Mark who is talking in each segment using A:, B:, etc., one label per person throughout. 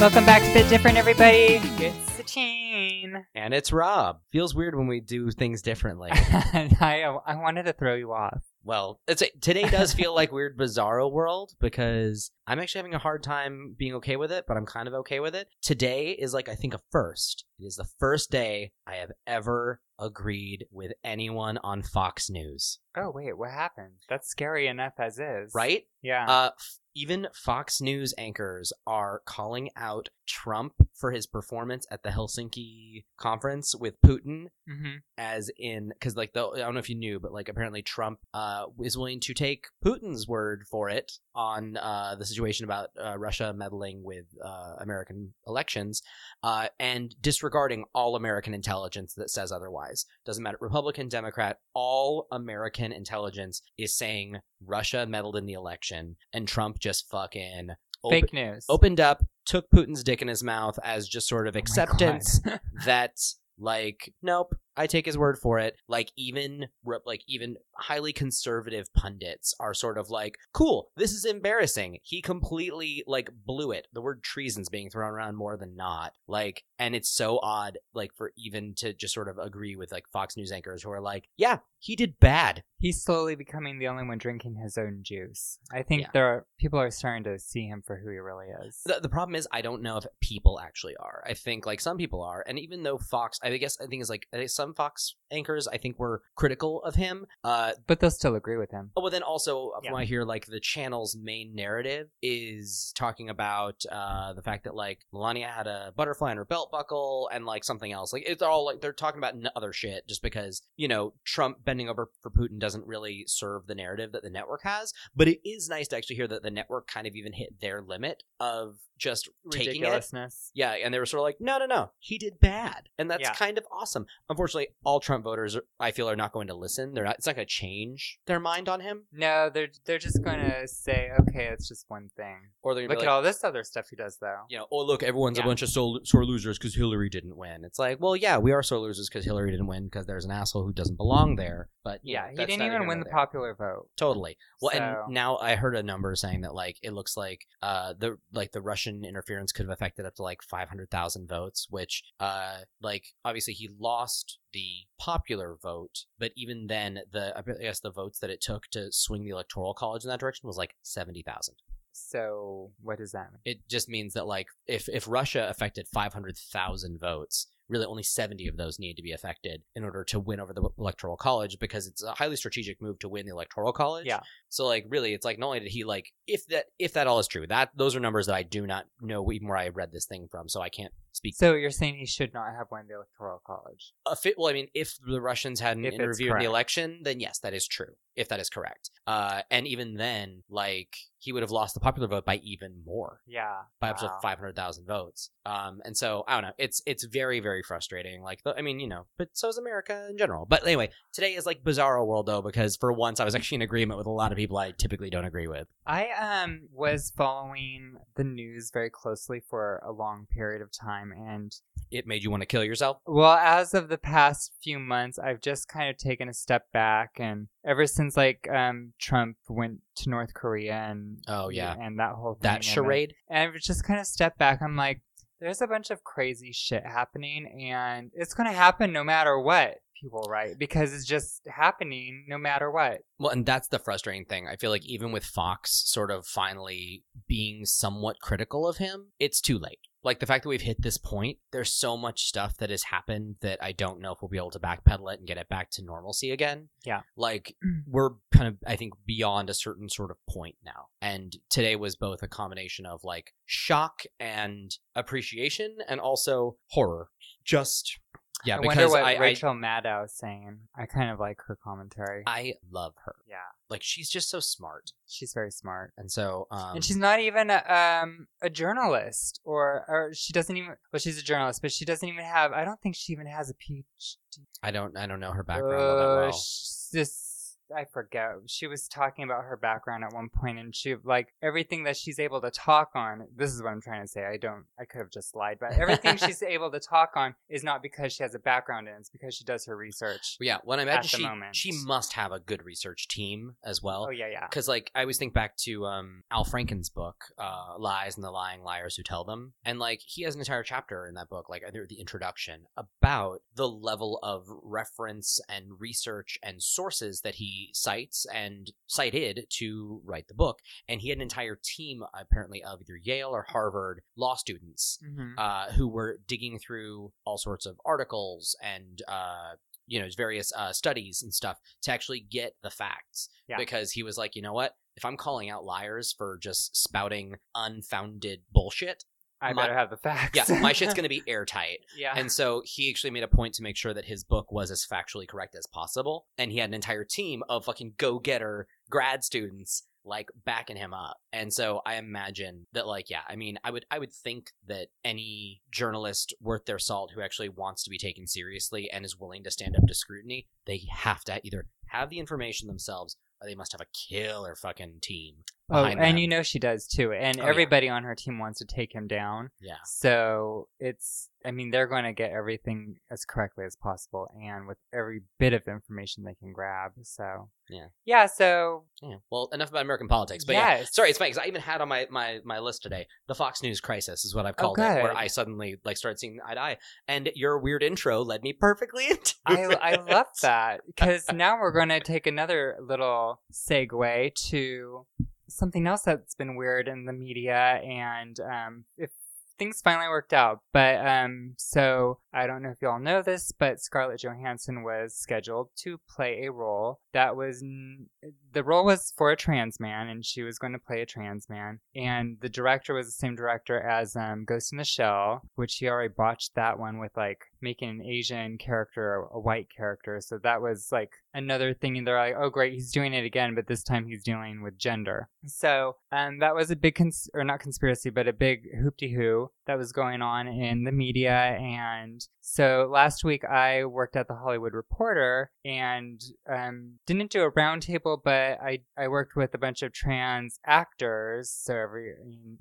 A: Welcome back to Bit Different, everybody. It's the chain.
B: And it's Rob. Feels weird when we do things differently.
A: I, I wanted to throw you off.
B: well, it's today does feel like weird bizarro world because I'm actually having a hard time being okay with it, but I'm kind of okay with it. Today is like I think a first. It is the first day I have ever agreed with anyone on Fox News,
A: Oh, wait, what happened? That's scary enough as is.
B: right?
A: Yeah.
B: Uh, f- even Fox News anchors are calling out Trump for his performance at the Helsinki conference with Putin
A: hmm
B: as in because like the, i don't know if you knew but like apparently trump uh, is willing to take putin's word for it on uh, the situation about uh, russia meddling with uh, american elections uh, and disregarding all american intelligence that says otherwise doesn't matter republican democrat all american intelligence is saying russia meddled in the election and trump just fucking open-
A: Fake news.
B: opened up took putin's dick in his mouth as just sort of
A: Oh my
B: acceptance
A: God.
B: that like nope i take his word for it like even re- like even highly conservative pundits are sort of like cool this is embarrassing he completely like blew it the word treason's being thrown around more than not like and it's so odd like for even to just sort of agree with like fox news anchors who are like yeah he did bad
A: He's slowly becoming the only one drinking his own juice. I think
B: Yeah.
A: there are, people are starting to see him for who he really is.
B: The, the problem is, I don't know if people actually are. I think like some people are, and even though Fox, I guess I think is like I think some Fox anchors, I think were critical of him. Uh,
A: but they'll still agree with him.
B: Oh, well, then also from
A: Yeah.
B: what I hear, like the channel's main narrative is talking about uh, the fact that like Melania had a butterfly in her belt buckle and like something else. Like it's all like they're talking about n- other shit just because you know Trump bending over for Putin doesn't really serve the narrative that the network has. But it is nice to actually hear that the network kind of even hit their limit of just taking it
A: Ridiculousness.
B: yeah, and they were sort of like, no, no, no, he did bad, and that's
A: Yeah.
B: kind of awesome. Unfortunately, all Trump voters, are- I feel, are not going to listen. They're not. It's not going to change their mind on him,
A: No, they're they're just going to say, okay, it's just one thing.
B: or they're going
A: Look
B: to be
A: at
B: like,
A: all this other stuff he does, though.
B: you know, oh look, everyone's
A: Yeah.
B: a bunch of sore, sore losers because Hillary didn't win. It's like, well, yeah, we are sore losers because Hillary didn't win because there's an asshole who doesn't belong there. But you know,
A: Yeah, he
B: that's
A: didn't
B: neither
A: even
B: here
A: win
B: nor
A: the
B: there.
A: popular vote.
B: Totally. Well,
A: So-
B: and now I heard a number saying that like it looks like uh the like the Russian interference could have affected up to like 500,000 votes, which uh like obviously he lost the popular vote, but even then the I guess the votes that it took to swing the electoral college in that direction was like 70,000.
A: So what does that mean?
B: It just means that like if if Russia affected 500,000 votes, really only 70 of those need to be affected in order to win over the electoral college because it's a highly strategic move to win the electoral college.
A: Yeah.
B: So like really it's like not only did he like if that if that all is true, that those are numbers that I do not know even where I read this thing from, so I can't speak
A: So you're saying he should not have won the electoral college?
B: a fit, well, I mean, if the Russians hadn't
A: If it's
B: interviewed in
A: correct.
B: the election, then yes, that is true. If that is correct, uh, and even then, like he would have lost the popular vote by even more,
A: Yeah.
B: by up to
A: wow.
B: five hundred thousand votes. Um, and so I don't know. It's it's very very frustrating. Like the, I mean, you know, but so is America in general. But anyway, today is like bizarro world though because for once I was actually in agreement with a lot of people I typically don't agree with.
A: I um was following the news very closely for a long period of time, and
B: It made you want to kill yourself.
A: well, as of the past few months, I've just kind of taken a step back, and ever since like um Trump went to North Korea and
B: Oh, yeah.
A: and that whole thing,
B: That
A: and then-
B: charade.
A: and I've just kind of stepped back. I'm like, there's a bunch of crazy shit happening, and it's going to happen no matter what, people, right? Because it's just happening no matter what.
B: Well, and that's the frustrating thing. I feel like even with Fox sort of finally being somewhat critical of him, it's too late. Like the fact that we've hit this point, there's so much stuff that has happened that I don't know if we'll be able to backpedal it and get it back to normalcy again.
A: Yeah.
B: Like we're kind of, I think, beyond a certain sort of point now. And today was both a combination of like shock and appreciation and also horror. Just, yeah,
A: I wonder
B: because
A: what
B: I, I,
A: Rachel Maddow is saying. I kind of like her commentary.
B: I love her.
A: yeah,
B: Like she's just so smart.
A: she's very smart.
B: And so, um,
A: and she's not even a, um, a journalist, or, or she doesn't even. Well, she's a journalist, but she doesn't even have. I don't think she even has a PhD.
B: I don't I don't know her background all
A: Uh,
B: that well.
A: she's just- I forget. She was talking about her background at one point, and she like everything that she's able to talk on. This is what I'm trying to say. I don't. I could have just lied, but everything she's able to talk on is not because she has a background in. It's because she does her research.
B: But yeah, when I
A: At
B: imagine
A: the
B: she
A: moment.
B: she must have a good research team as well.
A: Oh yeah, yeah.
B: because like i always think back to um al franken's book uh lies and the lying liars who tell them and like he has an entire chapter in that book like either the introduction about the level of reference and research and sources that he cites and cited to write the book and he had an entire team apparently of either yale or harvard law students
A: hmm
B: uh, who were digging through all sorts of articles and uh, you know various uh, studies and stuff to actually get the facts
A: Yeah.
B: because he was like you know what if i'm calling out liars for just spouting unfounded bullshit
A: I
B: my-
A: better have the facts.
B: yeah my shit's gonna be airtight
A: yeah.
B: and so he actually made a point to make sure that his book was as factually correct as possible and he had an entire team of fucking go-getter grad students like backing him up and so i imagine that like yeah i mean i would i would think that any journalist worth their salt who actually wants to be taken seriously and is willing to stand up to scrutiny they have to either have the information themselves or they must have a killer fucking team
A: Oh,
B: behind
A: and
B: them.
A: you know she does too. And
B: Oh, yeah.
A: everybody on her team wants to take him down.
B: yeah
A: So it's, I mean, they're going to get everything as correctly as possible and with every bit of information they can grab. So,
B: Yeah.
A: Yeah. So,
B: Yeah. Well, enough about American politics, but yeah.
A: Yes.
B: Sorry, it's funny because I even had on my, my, my list today the Fox News crisis is what I've
A: Oh,
B: called it, where
A: good.
B: I suddenly like started seeing eye to eye, and your weird intro led me perfectly into.
A: I, I
B: it.
A: love that because now we're going to take another little segue to something else that's been weird in the media and um, if things finally worked out. But um, so I don't know if you all know this, but Scarlett Johansson was scheduled to play a role that was n- the role was for a trans man, and she was going to play a trans man. And the director was the same director as um, Ghost in the Shell, which he already botched that one with like making an Asian character a white character. So that was like another thing. And they're like, oh, great, he's doing it again, but this time he's dealing with gender. So um, that was a big, cons- or not conspiracy, but a big hoopty hoo that was going on in the media. And so last week I worked at the Hollywood Reporter and um, didn't do a roundtable, but I, I worked with a bunch of trans actors. So every,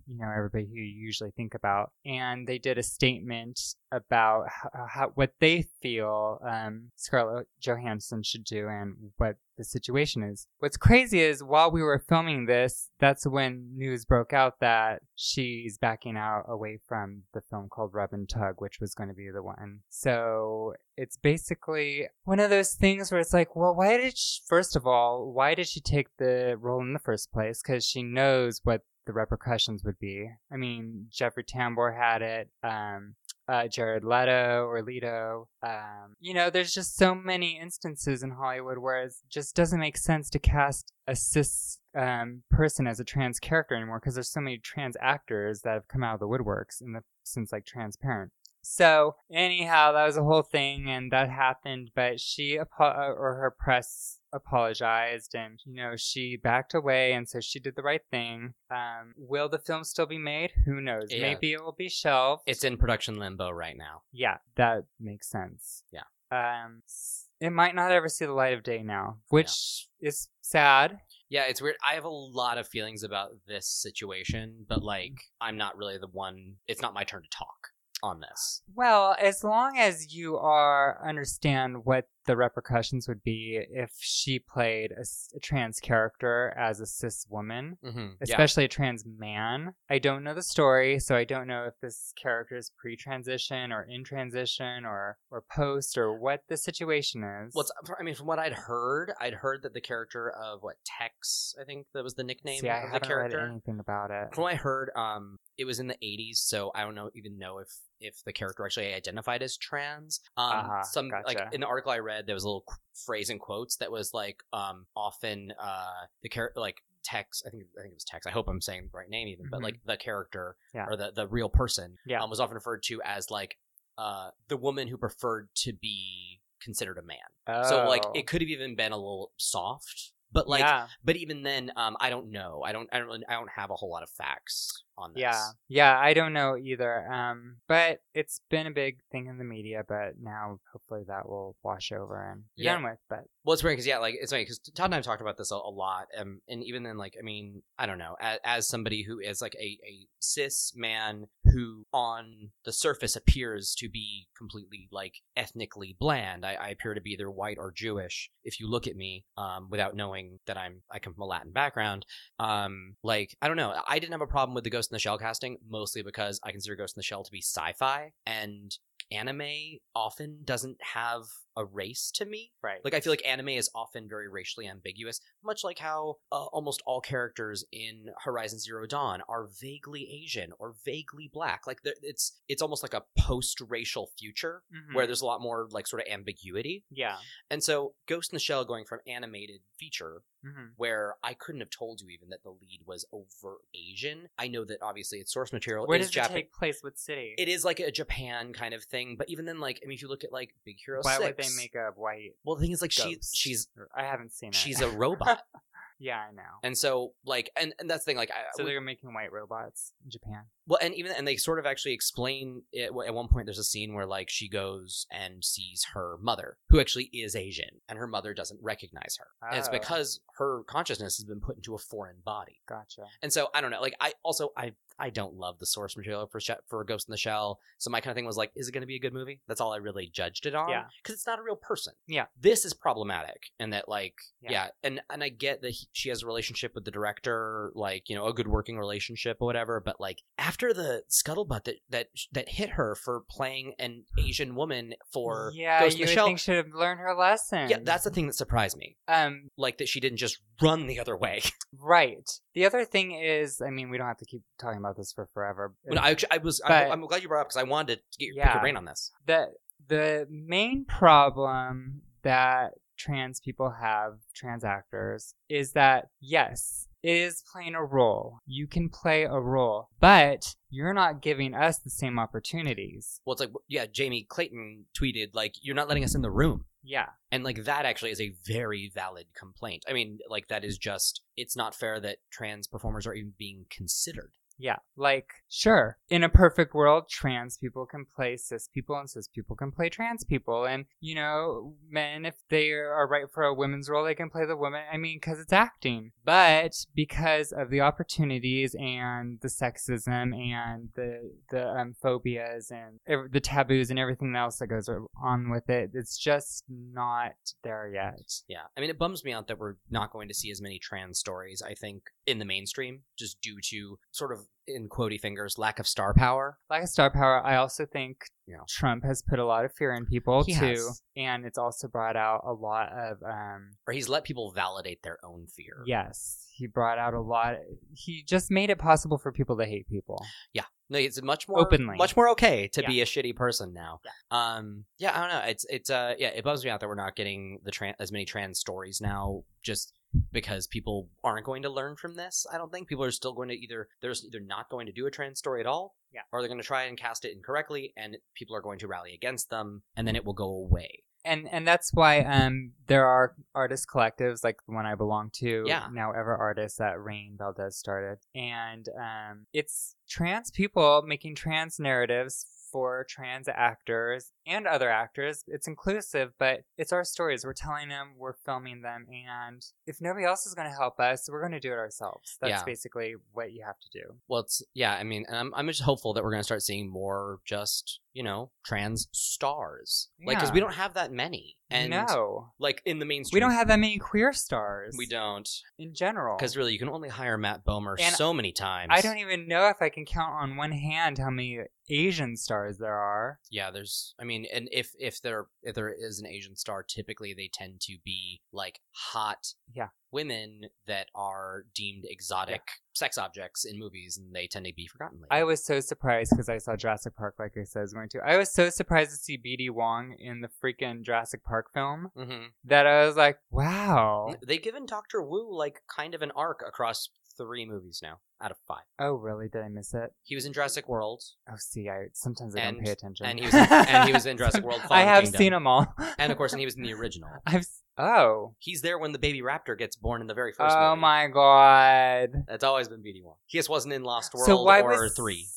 A: you know, everybody who you usually think about. And they did a statement about how, how, what they feel um, Scarlett Johansson should do and what the situation is. What's crazy is while we were filming this, that's when news broke out that she's backing out away from the film called Rub and Tug, which was going to be the one. So it's basically one of those things where it's like, well, why did she, first of all, why did she take the role in the first place? Because she knows what the repercussions would be. I mean, Jeffrey Tambor had it. Um, uh, Jared Leto or Leto. Um, you know, there's just so many instances in Hollywood where it just doesn't make sense to cast a cis um, person as a trans character anymore because there's so many trans actors that have come out of the woodworks in the since like Transparent. So anyhow, that was a whole thing, and that happened. But she apo- or her press apologized, and you know she backed away, and so she did the right thing. Um, will the film still be made? Who knows?
B: Yeah.
A: Maybe it will be shelved.
B: It's in production limbo right now.
A: Yeah, that makes sense.
B: Yeah.
A: Um, s- it might not ever see the light of day now, which is sad.
B: Yeah, it's weird. I have a lot of feelings about this situation, but like
A: Mm.
B: I'm not really the one. It's not my turn to talk on this.
A: Well, as long as you are understand what the repercussions would be if she played a, s- a trans character as a cis woman,
B: Mm-hmm. Yeah.
A: especially a trans man. I don't know the story, so I don't know if this character is pre-transition or in transition or or post or what the situation is.
B: What's I mean, from what I'd heard, I'd heard that the character of what Tex, I think that was the nickname
A: See, I
B: of the
A: haven't
B: character.
A: read anything about it.
B: from what I heard, um, it was in the '80s, so I don't know even know if if the character actually identified as trans. Um,
A: Uh-huh,
B: some like
A: gotcha.
B: in the article I read, there was a little qu- phrase in quotes that was like, um, often uh, the character like Tex, I think I think it was Tex. I hope I'm saying the right name even, but
A: Mhm.
B: like the character
A: Yeah.
B: or the the real person
A: Yeah.
B: um, was often referred to as like uh the woman who preferred to be considered a man. So like
A: Oh.
B: it could have even been a little soft But like,
A: yeah,
B: but even then, um, I don't know. I don't. I don't. really- I don't have a whole lot of facts on this.
A: yeah, yeah. I don't know either. Um, but it's been a big thing in the media, but now hopefully that will wash over and be
B: Yeah.
A: done with. But
B: Well, it's weird because yeah, like it's funny because Todd and I have talked about this a, a lot, um, and even then, like I mean, I don't know, as, as somebody who is like a, a cis man who on the surface appears to be completely like ethnically bland, I, I appear to be either white or Jewish. If you look at me, um, without knowing that I'm I come from a Latin background, um, like I don't know, I didn't have a problem with the Ghost in the Shell casting mostly because I consider Ghost in the Shell to be sci-fi and anime often doesn't have a race to me
A: right,
B: like I feel like anime is often very racially ambiguous, much like how uh, almost all characters in Horizon Zero Dawn are vaguely Asian or vaguely black. Like there- it's it's almost like a post-racial future
A: Mhm.
B: where there's a lot more like sort of ambiguity.
A: yeah,
B: And so Ghost in the Shell going from animated feature
A: hmm
B: where I couldn't have told you even that the lead was over Asian. I know that obviously its source material
A: where
B: is
A: does it
B: Japanese.
A: take place? What city?
B: It is like a Japan kind of thing, but even then, like I mean, if you look at like Big Hero
A: Why
B: Six,
A: would they make a white?
B: well, the thing is, like she,
A: ghost?
B: she's
A: I haven't seen it.
B: she's a robot.
A: yeah, I know.
B: And so, like, and, and that's the thing, like, I,
A: so
B: we-
A: they're making white robots in Japan.
B: well, and even and they sort of actually explain it. At one point, there's a scene where like she goes and sees her mother, who actually is Asian, and her mother doesn't recognize her. And it's
A: Oh.
B: because her consciousness has been put into a foreign body.
A: Gotcha.
B: And so I don't know. Like, I also I I don't love the source material for Sh- for Ghost in the Shell. So my kind of thing was like, is it going to be a good movie? That's all I really judged it on.
A: Yeah.
B: because it's not a real person.
A: Yeah.
B: this is problematic, and that like yeah.
A: Yeah.
B: and and I get that he, she has a relationship with the director, like you know a good working relationship or whatever. But like after the scuttlebutt that that that hit her for playing an Asian woman for
A: yeah,
B: Ghost in
A: you
B: the
A: would
B: Shell.
A: think she'd have learned her lesson.
B: yeah, that's the thing that surprised me.
A: um
B: Like that she didn't just run the other way.
A: right. The other thing is, I mean, we don't have to keep talking about this for forever.
B: When I, I was,
A: But-
B: I'm, I'm glad you brought it up because I wanted to get your, pick
A: Yeah.
B: your brain on this.
A: the the main problem that trans people have, trans actors, is that yes, it is playing a role. You can play a role, but you're not giving us the same opportunities.
B: Well, it's like, yeah, Jamie Clayton tweeted, like, you're not letting us in the room.
A: Yeah.
B: And, like, that actually is a very valid complaint. I mean, like, that is just, it's not fair that trans performers are even being considered.
A: Yeah, like sure. In a perfect world, trans people can play cis people and cis people can play trans people. And, you know, men, if they are right for a women's role, they can play the woman. I mean, because it's acting. But because of the opportunities and the sexism and the, the um, phobias and ev- the taboos and everything else that goes on with it, it's just not there yet.
B: Yeah. I mean, it bums me out that we're not going to see as many trans stories, I think, in the mainstream, just due to sort of, in quotey fingers, lack of star power.
A: Lack of star power, I also think
B: Yeah.
A: Trump has put a lot of fear in people
B: He
A: too,
B: has.
A: and it's also brought out a lot of um,
B: Or he's let people validate their own fear.
A: yes. He brought out a lot. He just made it possible for people to hate people.
B: No, it's much more
A: Openly.
B: much more okay to
A: Yeah.
B: be a shitty person now.
A: Yeah.
B: Um, yeah, I don't know. It's it's uh, yeah, it bums me out that we're not getting the tran- as many trans stories now, just because people aren't going to learn from this. I don't think people are still going to either they're just either not going to do a trans story at all,
A: Yeah.
B: or they're going to try and cast it incorrectly, and people are going to rally against them, and then it will go away.
A: And and that's why um there are artist collectives like the one I belong to
B: Yeah.
A: now Ever Artists that Rain Valdez started, and um it's trans people making trans narratives for trans actors and other actors. It's inclusive, but it's our stories. We're telling them, we're filming them, and if nobody else is going to help us, we're going to do it ourselves. That's
B: Yeah.
A: basically what you have to do.
B: Well, it's yeah. I mean, and I'm I'm just hopeful that we're going to start seeing more just you know trans stars, like because
A: Yeah.
B: we don't have that many, and
A: no,
B: like in the mainstream.
A: we don't have that many queer stars.
B: We don't,
A: in general
B: because really, you can only hire Matt Bomer
A: Oh. And
B: so many times.
A: I don't e even know if I can count on one hand how many Asian stars there are.
B: Yeah, there's. I mean, and if if there if there is an Asian star, typically they tend to be like hot.
A: Yeah.
B: Women that are deemed exotic sex objects in movies, and they tend to be forgotten. Later.
A: I was so surprised because I saw Jurassic Park, like I said, I was going to. I was so surprised to see BD Wong in the freaking Jurassic Park film
B: Mhm.
A: that I was like, wow.
B: They've given Doctor Wu like kind of an arc across three movies now out of five.
A: Oh, really? Did I miss it?
B: He was in Jurassic World,
A: Oh, see, I sometimes I
B: And-
A: don't pay attention.
B: and he was in- and he was in Jurassic World
A: I
B: Fallen
A: have
B: Kingdom.
A: seen them all.
B: and of course, and he was in the original.
A: I've s- Oh.
B: He's there when the baby raptor gets born in the very first
A: Oh
B: movie.
A: my god.
B: That's always been BD one. He just wasn't in Lost World
A: so why
B: or
A: was
B: three.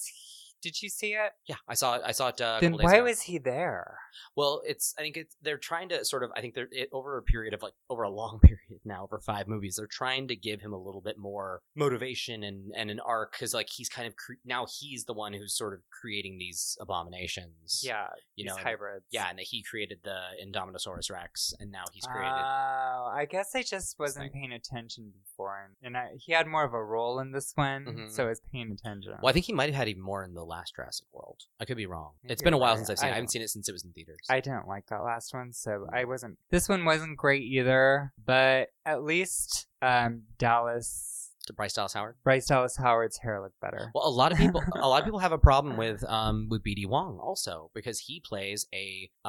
A: Did you see it?
B: Yeah, I saw it. I saw it. Uh, a
A: then
B: couple days
A: why
B: ago.
A: was he there?
B: Well, it's I think it's they're trying to sort of I think they're it, over a period of like over a long period now over five movies they're trying to give him a little bit more motivation and and an arc because like he's kind of cre- now he's the one who's sort of creating these abominations.
A: Yeah,
B: you
A: these
B: know. and-
A: hybrids.
B: yeah, and that he created the Indominosaurus Rex, and now he's
A: Oh,
B: created.
A: I guess I just wasn't
B: like-
A: paying attention before, and, and I, he had more of a role in this one,
B: Mhm.
A: so I was paying attention.
B: well, I think he might have had even more in the last Jurassic World. I could be wrong.
A: Maybe
B: it's been a
A: you're
B: while
A: right.
B: since I've seen.
A: I
B: it. I haven't
A: don't-
B: seen it since it was in theaters.
A: I didn't like that last one, so
B: Mm.
A: I wasn't. This one wasn't great either, but at least um, Dallas
B: to Bryce Dallas Howard.
A: Bryce Dallas Howard's hair looked better.
B: Well, a lot of people, a lot of people have a problem with um with BD Wong also because he plays a uh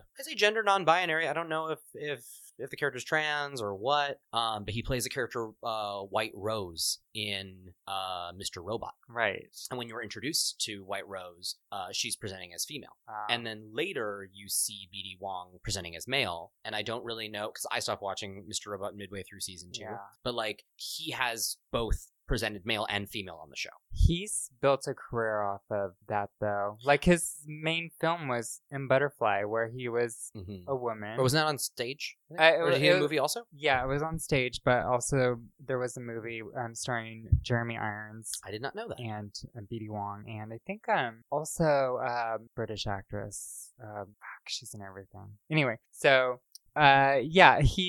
B: I say gender non-binary. I don't know if if if the character's trans or what. Um, but he plays a character uh White Rose in uh Mr. Robot.
A: right.
B: And when you're introduced to White Rose, uh, she's presenting as female.
A: Um,
B: And then later you see BD Wong presenting as male. And I don't really know because I stopped watching Mr. Robot midway through season two.
A: yeah,
B: But like he has both presented male and female on the show.
A: he's built a career off of that though. Like his main film was in Butterfly, where he was
B: Mm-hmm.
A: a woman.
B: Or was that on stage? I think?
A: I-
B: or did he
A: it
B: do a
A: was-
B: movie also?
A: yeah, it was on stage, but also there was a movie um, starring Jeremy Irons.
B: I did not know that.
A: and um, BD Wong, and I think um also um British actress. Um, fuck, she's in everything. Anyway, so uh yeah, he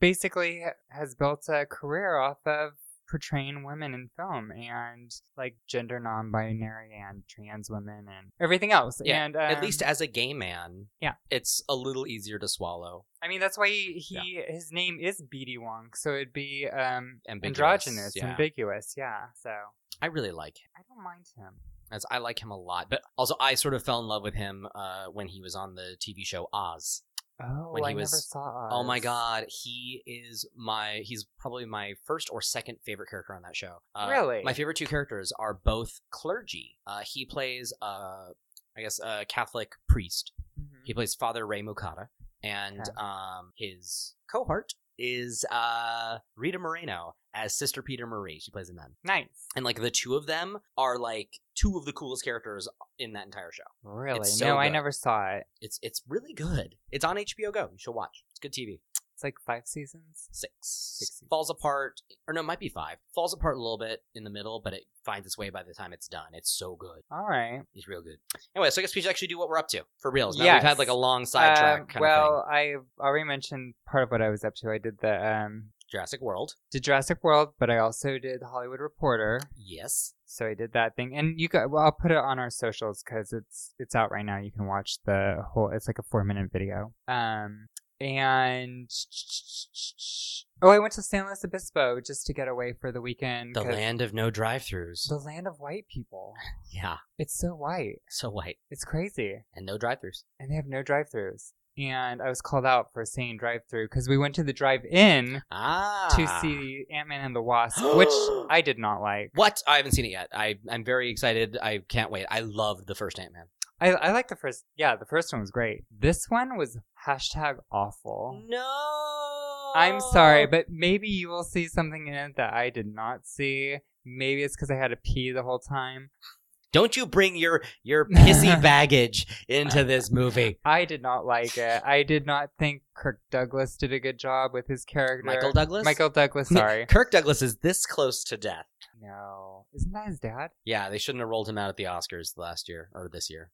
A: basically ha- has built a career off of portraying women in film and like gender non-binary and trans women and everything else.
B: Yeah,
A: and um,
B: At least as a gay man,
A: Yeah.
B: it's a little easier to swallow.
A: I mean that's why he, he his name is BD Wong, so it'd be um
B: Ambiguous,
A: androgynous,
B: yeah.
A: ambiguous, yeah. So
B: I really like him.
A: I don't mind him.
B: As I like him a lot, but also I sort of fell in love with him uh, when he was on the TV show Oz.
A: Oh,
B: When
A: I
B: he
A: never
B: was-
A: saw.
B: Oh my
A: Oz.
B: God, he is my—he's probably my first or second favorite character on that show. Uh,
A: Really?
B: my favorite two characters are both clergy. Uh, he plays, uh, I guess, a Catholic priest
A: Mhm.
B: He plays Father Ray Mukata, and
A: Okay.
B: um, his cohort is uh, Rita Moreno as Sister Peter Marie. She plays a nun,
A: Nice.
B: and like the two of them are like two of the coolest characters in that entire show.
A: Really?
B: It's so
A: no, I
B: good.
A: never saw it.
B: It's it's really good. It's on HBO Go. You should watch. It's good TV.
A: It's like five seasons.
B: Six,
A: Six
B: falls apart, or no, it might be five. Falls apart a little bit in the middle, but it finds its way by the time it's done. It's so good.
A: All right.
B: It's real good. Anyway, so I guess we should actually do what we're up to for reals. Now we've
A: Yes.
B: had like a long sidetrack
A: Um,
B: kind of thing.
A: well, I already mentioned part of what I was up to. I did the um
B: Jurassic World.
A: did Jurassic World, but I also did The Hollywood Reporter.
B: Yes.
A: So I did that thing, and you got. Well, I'll put it on our socials because it's it's out right now. You can watch the whole. It's like a four minute video. Um and oh, I went to San Luis Obispo just to get away for the weekend.
B: The
A: 'cause-
B: land of no drive-throughs.
A: the land of white people.
B: Yeah,
A: It's so white.
B: so white
A: It's crazy.
B: and no drive-throughs.
A: and they have no drive-throughs. And I was called out for saying drive-through because we went to the drive-in
B: Ah,
A: to see Ant-Man and the Wasp, which I did not like.
B: what? I haven't seen it yet. I I'm very excited. I can't wait. I loved the first Ant Man.
A: I, I like the first. Yeah, the first one was great. This one was hashtag awful.
B: No,
A: I'm sorry, but maybe you will see something in it that I did not see. Maybe it's because I had to pee the whole time.
B: don't you bring your your pissy baggage into this movie.
A: I did not like it. I did not think Kirk Douglas did a good job with his character.
B: Michael Douglas.
A: Michael Douglas. Sorry.
B: Kirk Douglas is this close to death.
A: no, isn't that his dad?
B: Yeah, they shouldn't have rolled him out at the Oscars last year or this year.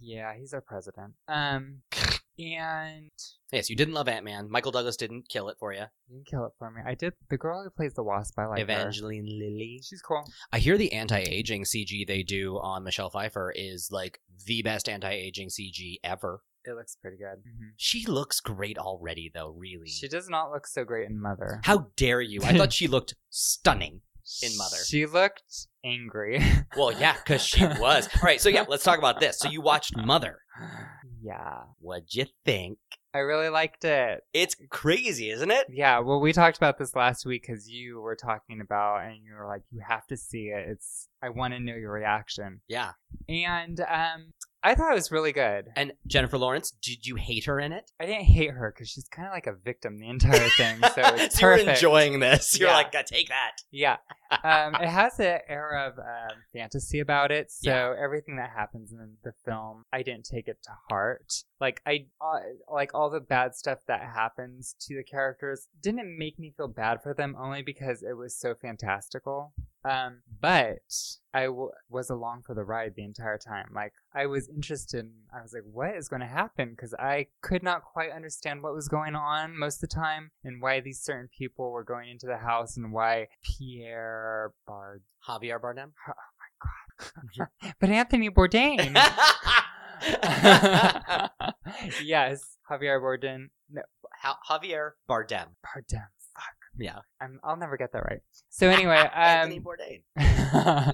A: Yeah, he's our president. Um, and
B: Yes, you didn't love Ant Man. Michael Douglas didn't kill it for you.
A: you can kill it for me. I did. The girl who plays the wasp, I like her.
B: Evangeline Lilly.
A: She's cool.
B: I hear the anti-aging CG they do on Michelle Pfeiffer is like the best anti-aging CG ever.
A: It looks pretty good. hmm
B: She looks great already though, really.
A: She does not look so great in Mother.
B: How dare you? I thought she looked stunning. in Mother.
A: She looked angry.
B: Well, yeah, cuz she was. All right, so yeah, let's talk about this. So you watched Mother.
A: yeah,
B: What'd you think?
A: I really liked it.
B: It's crazy, isn't it?
A: Yeah, well, we talked about this last week because you were talking about, and you were like, "You have to see it. It's. I want to know your reaction."
B: Yeah.
A: And um, I thought it was really good.
B: And Jennifer Lawrence, did you hate her in it?
A: I didn't hate her because she's kind of like a victim the entire thing. So it's
B: you were
A: perfect.
B: enjoying this. You're
A: Yeah.
B: like, "Uh, take that.
A: yeah, um, it has an air of um, fantasy about it. So
B: Yeah.
A: everything that happens in the film, I didn't take it to heart. Like I, uh, like all the bad stuff that happens to the characters didn't make me feel bad for them, only because it was so fantastical. Um, but I w- was along for the ride the entire time. Like I was interested. in- I was like, "What is going to happen?" Because I could not quite understand what was going on most of the time, and why these certain people were going into the house, and why Pierre Bard,
B: Javier Bardem.
A: but Anthony Bourdain.
B: Ja-
A: yes, Javier Bardem. No,
B: Javier Bardem.
A: Bardem. Fuck.
B: Yeah.
A: I'm, I'll never get that right. So anyway, um,
B: Anthony Bourdain.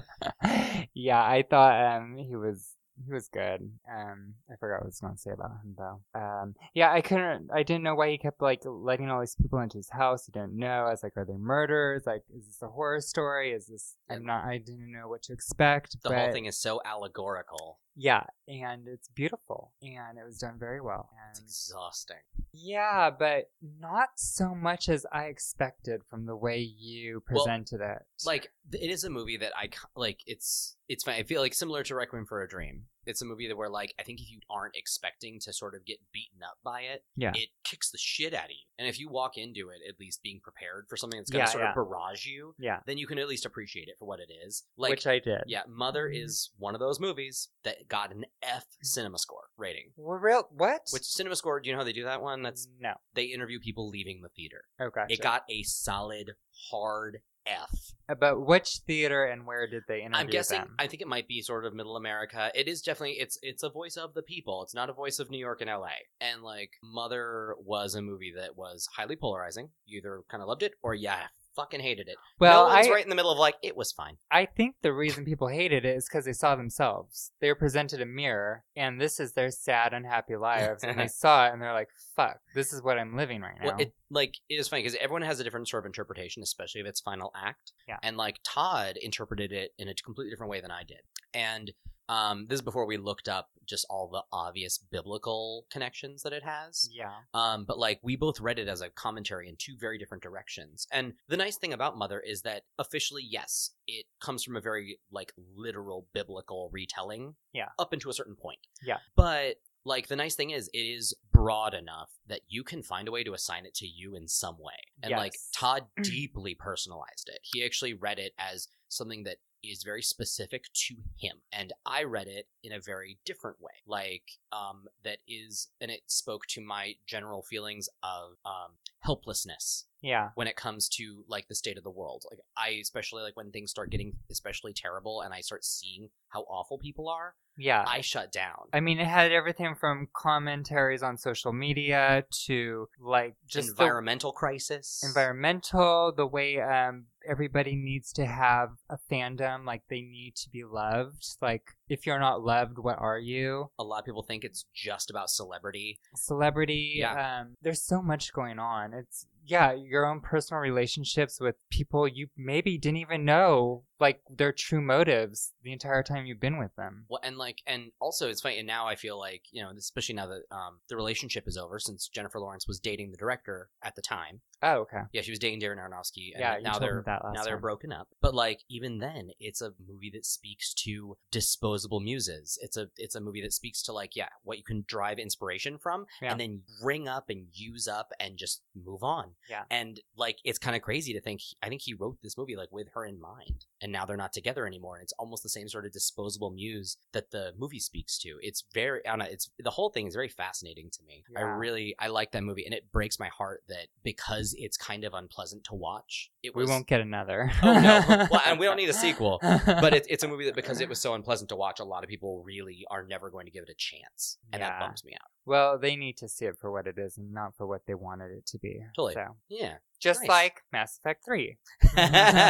A: yeah, I thought um he was he was good. Um I forgot what I was gonna say about him though. Um yeah, I couldn't I didn't know why he kept like letting all these people into his house. He didn't know. I was like, are they murders? Like is this a horror story? Is this I'm not I didn't know what to expect.
B: The
A: but
B: whole thing is so allegorical.
A: Yeah, and it's beautiful and it was done very well.
B: It's
A: And
B: exhausting.
A: yeah, but not so much as I expected from the way you
B: Well,
A: presented it.
B: Like th- it is a movie that I c- like. It's it's. fine. I feel like similar to Requiem for a Dream. It's a movie that where like I think if you aren't expecting to sort of get beaten up by it,
A: Yeah.
B: it kicks the shit out of you. And if you walk into it at least being prepared for something that's gonna
A: Yeah,
B: sort
A: yeah.
B: of barrage you,
A: Yeah.
B: then you can at least appreciate it for what it is. Like
A: which uh, mm-hmm. I did.
B: Yeah, Mother is one of those movies that got an F
A: Mm-hmm.
B: cinema score rating.
A: Well, real what?
B: Which cinema score, do you know how they do that one? That's
A: no.
B: they interview people leaving the theater.
A: Oh, gotcha.
B: It got a solid hard F.
A: About Uh, which theater and where did they interview
B: am guessing
A: them?
B: I think it might be sort of middle America. It is definitely it's it's a voice of the people. It's not a voice of New York and LA. And like Mother was a movie that was highly polarizing. You either kind of loved it or yeah, fucking hated it.
A: well,
B: no
A: I
B: one's right in the middle of like it was fine.
A: I think the reason people hated it is because they saw themselves. They were presented a mirror, and this is their sad, unhappy lives, and they saw it, and they're like, "Fuck, this is what I'm living right now."
B: Well, it like it is funny because everyone has a different sort of interpretation, especially of its final act.
A: Yeah.
B: And like Todd interpreted it in a completely different way than I did. And um, this is before we looked up just all the obvious biblical connections that it has.
A: yeah,
B: Um, but like we both read it as a commentary in two very different directions. And the nice thing about Mother is that officially, yes, it comes from a very like literal biblical retelling.
A: Yeah.
B: Up into a certain point.
A: Yeah.
B: But like the nice thing is it is broad enough that you can find a way to assign it to you in some way. And like
A: Yes.
B: Todd deeply personalized it. He actually read it as something that is very specific to him and i read it in a very different way like um that is and it spoke to my general feelings of um helplessness
A: yeah,
B: when it comes to like the state of the world like i especially like when things start getting especially terrible and i start seeing how awful people are
A: yeah.
B: i shut down
A: I mean, it had everything from commentaries on social media to like just the
B: environmental crisis
A: environmental the way um everybody needs to have a fandom like they need to be loved like if you're not loved what are you
B: a lot of people think it's just about celebrity
A: celebrity
B: Yeah.
A: um there's so much going on it's yeah your own personal relationships with people you maybe didn't even know like their true motives the entire time you've been with them
B: Well, and like, and also it's funny. And now I feel like you know, especially now that um, the relationship is over, since Jennifer Lawrence was dating the director at the time.
A: oh okay
B: Yeah, she was dating Darren Aronofsky. And
A: yeah you
B: now
A: told me
B: they're
A: that last
B: now they're
A: time.
B: broken up. But like, even then, it's a movie that speaks to disposable muses. It's a it's a movie that speaks to like, yeah, what you can drive inspiration from,
A: Yeah.
B: and then ring up and use up and just move on.
A: Yeah.
B: and like, it's kind of crazy to think. I think he wrote this movie like with her in mind, and now they're not together anymore. And it's almost the same sort of disposable muse that the movie speaks to. It's very, I don't know, it's the whole thing is very fascinating to me. I
A: Yeah.
B: really, I like that movie, and it breaks my heart that because it's kind of unpleasant to watch, it
A: we
B: was
A: won't get another
B: Oh, no. Well, and we don't need a sequel.
A: but
B: but it, it's a movie that because it was so unpleasant to watch, a lot of people really are never going to give it a chance, and that
A: Yeah.
B: bums me out.
A: well they need to see it for what it is and not for what they wanted it to be
B: Totally.
A: so
B: Yeah,
A: just
B: Nice.
A: like Mass Effect 3.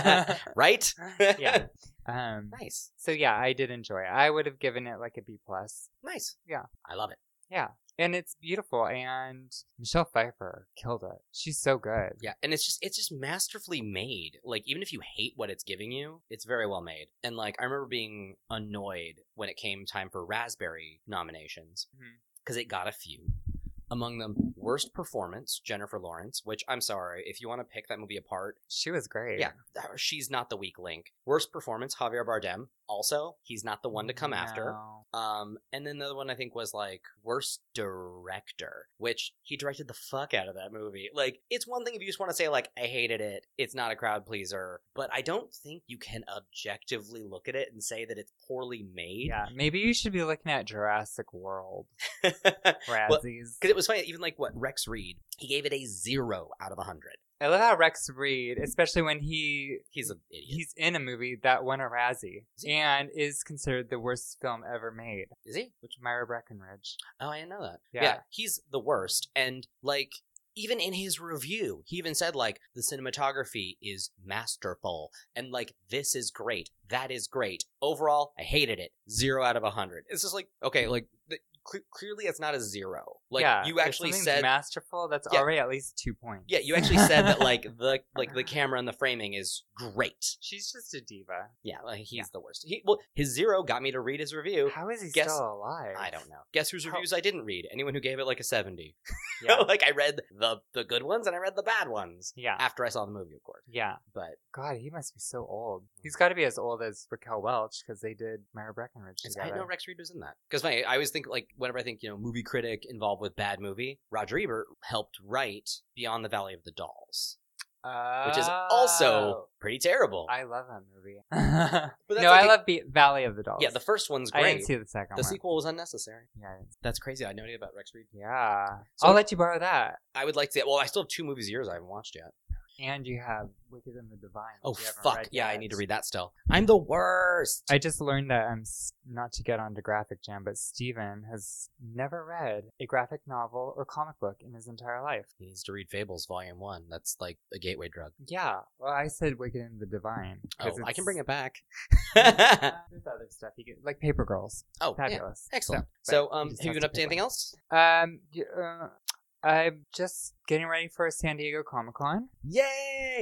B: right.
A: Mm-hmm. yeah. Um,
B: nice,
A: so yeah, I did enjoy it. I would have given it like a B plus.
B: nice.
A: Yeah.
B: I love it.
A: Yeah. and it's beautiful. And Michelle Pfeiffer killed it. She's so good.
B: Yeah, and it's just it's just masterfully made. Like even if you hate what it's giving you, it's very well made. And like I remember being annoyed when it came time for Raspberry nominations
A: Mhm.
B: because it got a few. Among them, worst performance Jennifer Lawrence, which I'm sorry if you want to pick that movie apart.
A: She was great.
B: Yeah, that- uh, she's not the weak link. Worst performance Javier Bardem. Also, he's not the one to come after.
A: No.
B: Um, and then the other one I think was like worst director, which he directed the fuck out of that movie. Like, it's one thing if you just want to say like I hated it, it's not a crowd pleaser, but I don't think you can objectively look at it and say that it's poorly made.
A: Yeah, maybe you should be looking at Jurassic World,
B: Because
A: Razzies.
B: it was funny, even like what Rex Reed, he gave it a zero out of a hundred.
A: I love how Rex Reed, especially when he
B: He's an idiot.
A: he's in a movie that won a Razzie and is considered the worst film ever made,
B: Is he?
A: which Myra Breckenridge.
B: Oh, I didn't know that. Yeah.
A: Yeah.
B: he's the worst. And like, even in his review, he even said like the cinematography is masterful, and like this is great, that is great. Overall, I hated it. Zero out of a hundred. It's just like okay, like th- cle clearly it's not a zero. Like
A: yeah,
B: you
A: if
B: actually
A: something's
B: said.
A: masterful. That's
B: Yeah.
A: already at least two points.
B: yeah, you actually said that like the like the camera and the framing is great.
A: She's just a diva.
B: Yeah, like, he's
A: Yeah.
B: the worst. He well, his zero got me to read his review.
A: How is he
B: guess-
A: still alive?
B: I don't know. Guess whose
A: How-
B: reviews I didn't read? Anyone who gave it like a seventy.
A: Yeah,
B: like I read the the good ones and I read the bad ones
A: yeah,
B: after I saw the movie, of course.
A: yeah. Mm.
B: But
A: God, he must be so old. He's got to be as old as Raquel Welch because they did Myra Breckenridge
B: it's- I
A: together.
B: didn't know Rex Reed was in that because I always think like whenever I think you know movie critic involved with bad movie, Roger Ebert helped write Beyond the Valley of the Dolls, which is also
A: Oh.
B: pretty terrible.
A: I love that movie. no,
B: but that's
A: I
B: like-
A: love Be- Valley of the Dolls.
B: yeah the first one's
A: I didn't
B: great.
A: see the second
B: The
A: one.
B: sequel was unnecessary.
A: Yeah, I didn't-
B: That's crazy. I had no idea about Rex Reed.
A: yeah.
B: So-
A: I'll let you borrow that.
B: I would like to. Well, I still have two movies a year I haven't watched yet.
A: And you have Wicked and the Divine. which
B: Oh
A: you haven't
B: fuck!
A: read
B: Yeah, I
A: yet.
B: need to read that still. I'm the worst.
A: I just learned that I'm s- not to get onto graphic jam, but Steven has never read a graphic novel or comic book in his entire life.
B: he needs to read Fables Volume One. That's like a gateway drug.
A: Yeah, well, I said Wicked and the Divine.
B: Oh, I can bring
A: up
B: it back.
A: There's other stuff you get, like Paper Girls.
B: oh, yeah.
A: Fabulous.
B: Excellent.
A: So,
B: So, um,
A: just
B: have you
A: have
B: been
A: to
B: up to
A: pick
B: anything
A: one.
B: else?
A: um, y- uh, I'm just getting ready for San Diego Comic Con.
B: Yay!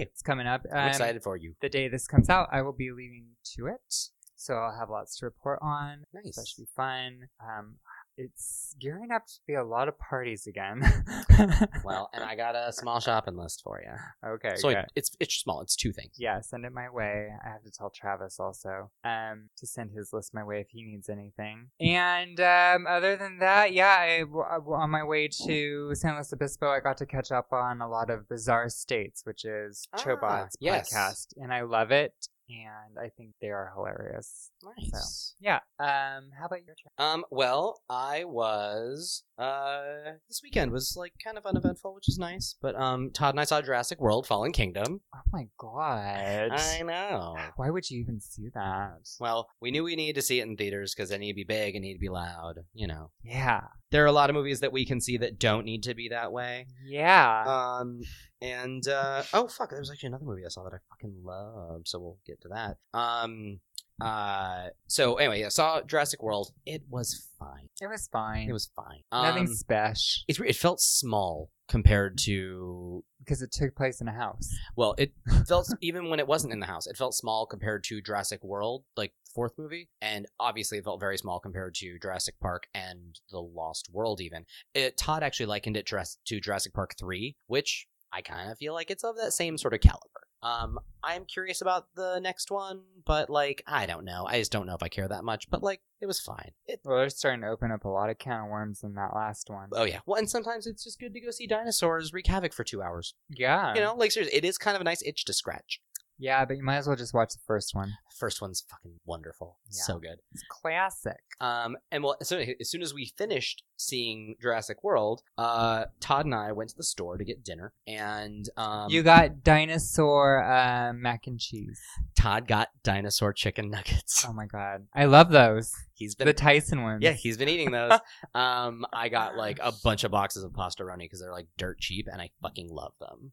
A: It's coming up.
B: I'm
A: Um,
B: excited for you.
A: The day this comes out, I will be leaving to it, so I'll have lots to report on.
B: Nice.
A: So that should be fun. Um, it's gearing up to be a lot of parties again.
B: Well, and I got a small shopping list for you.
A: okay.
B: so
A: good.
B: it, it's it's small. It's two things.
A: Yeah, send it my way. I have to tell Travis also um, to send his list my way if he needs anything. And um, other than that, yeah, I, w- I- w- on my way to San Luis Obispo, I got to catch up on a lot of Bizarre States, which is
B: Ah,
A: Chobot's
B: yes.
A: podcast, and I love it. And I think they are hilarious.
B: Nice.
A: Yeah. Um. How about your turn?
B: Um. Well, I was uh this weekend was like kind of uneventful, which is nice. But um, Todd and I saw Jurassic World: Fallen Kingdom.
A: Oh my god.
B: I know.
A: Why would you even see that?
B: Well, we knew we needed to see it in theaters because it needed to be big and needed to be loud. You know,
A: Yeah.
B: there are a lot of movies that we can see that don't need to be that way.
A: Yeah.
B: Um, and uh, oh fuck, there was actually another movie I saw that I fucking loved, so we'll get to that. Um, uh, so anyway, I saw Jurassic World. It was fine.
A: it was fine.
B: It was fine.
A: nothing
B: Um,
A: special
B: It's weird. It felt small compared to
A: because it took place in a house.
B: well, it felt even when it wasn't in the house, it felt small compared to Jurassic World, like the fourth movie, and obviously it felt very small compared to Jurassic Park and The Lost World. Even it, Todd actually likened it Jurass- to Jurassic Park three, which I kind of feel like it's of that same sort of caliber. Um, I'm curious about the next one, but like I don't know. I just don't know if I care that much. But like it was fine. It
A: Well, they're starting to open up a lot of can of worms in that last one.
B: oh yeah. Well, and sometimes it's just good to go see dinosaurs wreak havoc for two hours.
A: yeah.
B: You know, like seriously, it is kind of a nice itch to scratch.
A: Yeah, but you might as well just watch the first one.
B: first one's fucking wonderful
A: Yeah.
B: so good
A: It's classic.
B: um and well so as soon as we finished seeing jurassic world uh todd and i went to the store to get dinner and um
A: you got dinosaur uh, mac and cheese.
B: todd got dinosaur chicken nuggets
A: Oh my god. I love those.
B: he's been
A: The Tyson ones.
B: yeah he's been eating those um i got like a bunch of boxes of pastaroni because they're like dirt cheap and i fucking love them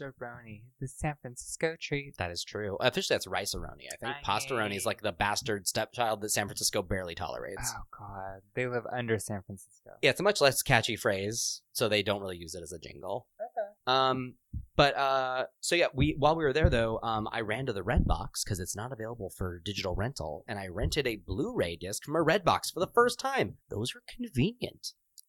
A: Pastaroni, the San Francisco treat.
B: that is true officially that's rice-a-roni i think
A: I-
B: pastaroni is like the bastard stepchild that san francisco barely tolerates
A: Oh god. They live under San Francisco. go.
B: Yeah, it's a much less catchy phrase, so they don't really use it as a jingle.
A: Okay.
B: Um, but uh, so yeah, we while we were there though, um, I ran to the Red Box because it's not available for digital rental, and I rented a Blu-ray disc from a Red Box for the first time. Those are convenient.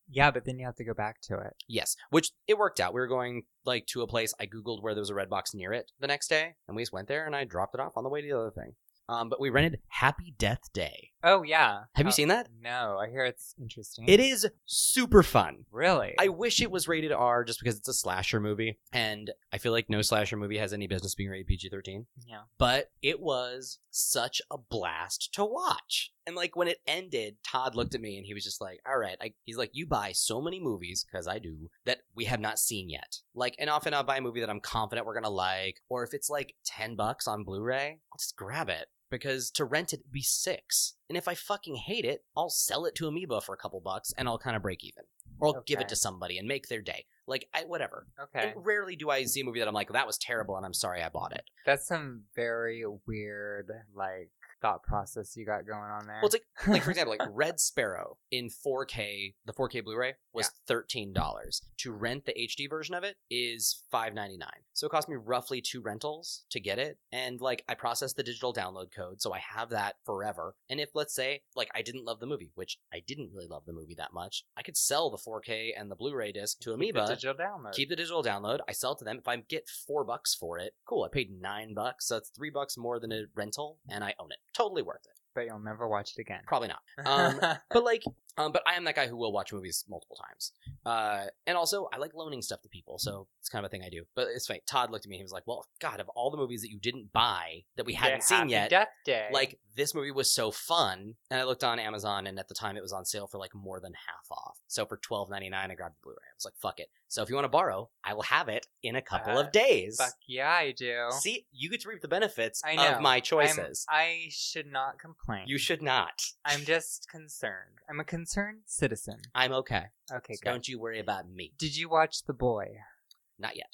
A: Yeah, but then you have to go back to it.
B: Yes, which it worked out. We were going like to a place. I googled where there was a red box near it the next day, and we just went there, and I dropped it off on the way to the other thing. Um, but we rented Happy Death Day.
A: Oh yeah.
B: Have
A: Oh,
B: you seen that?
A: No, I hear it's interesting.
B: It is super fun.
A: really.
B: I wish it was rated R just because it's a slasher movie, and I feel like no slasher movie has any business being rated PG thirteen.
A: yeah.
B: But it was such a blast to watch. And like when it ended, Todd looked at me and he was just like, "All right," I, he's like, "You buy so many movies because I do that we have not seen yet. Like, and often I'll buy a movie that I'm confident we're gonna like, or if it's like ten bucks on Blu-ray, I'll just grab it." Because to rent it would be six. And if I fucking hate it, I'll sell it to Amoeba for a couple bucks and I'll kind of break even. Or I'll give
A: Okay.
B: it to somebody and make their day. Like, I, whatever.
A: Okay.
B: And rarely do I see a movie that I'm like, that was terrible and I'm sorry I bought it.
A: That's some very weird like thought process you got going on there.
B: Well, it's like like for example, like Red Sparrow in 4K, the 4K Blu-ray was thirteen dollars. To rent the HD version of it is five ninety nine. So it cost me roughly two rentals to get it, and like I processed the digital download code, so I have that forever. And if let's say like I didn't love the movie, which I didn't really love the movie that much, I could sell the 4K and the Blu-ray disc to
A: Keep the
B: Amoeba.
A: digital download.
B: Keep the digital download. I sell it to them. If I get four bucks for it, cool. I paid nine bucks, so it's three bucks more than a rental, and I own it. Totally worth it.
A: but you'll never watch it again.
B: Probably not um, but like um, but i am that guy who will watch movies multiple times uh, and also i like loaning stuff to people so it's kind of a thing i do but it's funny todd looked at me and he was like well god of all the movies that you didn't buy that we
A: Yeah,
B: hadn't seen
A: Happy
B: yet
A: Death Day.
B: like this movie was so fun and i looked on amazon and at the time it was on sale for like more than half off so for 12.99 i grabbed the blu-ray i was like fuck it so if you want to borrow i will have it in a couple
A: Uh,
B: of days
A: fuck yeah, I do.
B: see you get to reap the benefits
A: I know.
B: of my
A: I'm-
B: choices
A: I should not complain.
B: you should not
A: I'm just concerned. I'm a concerned citizen.
B: i'm okay
A: Okay,
B: So
A: good.
B: don't you worry about me
A: Did you watch The Boy?
B: not yet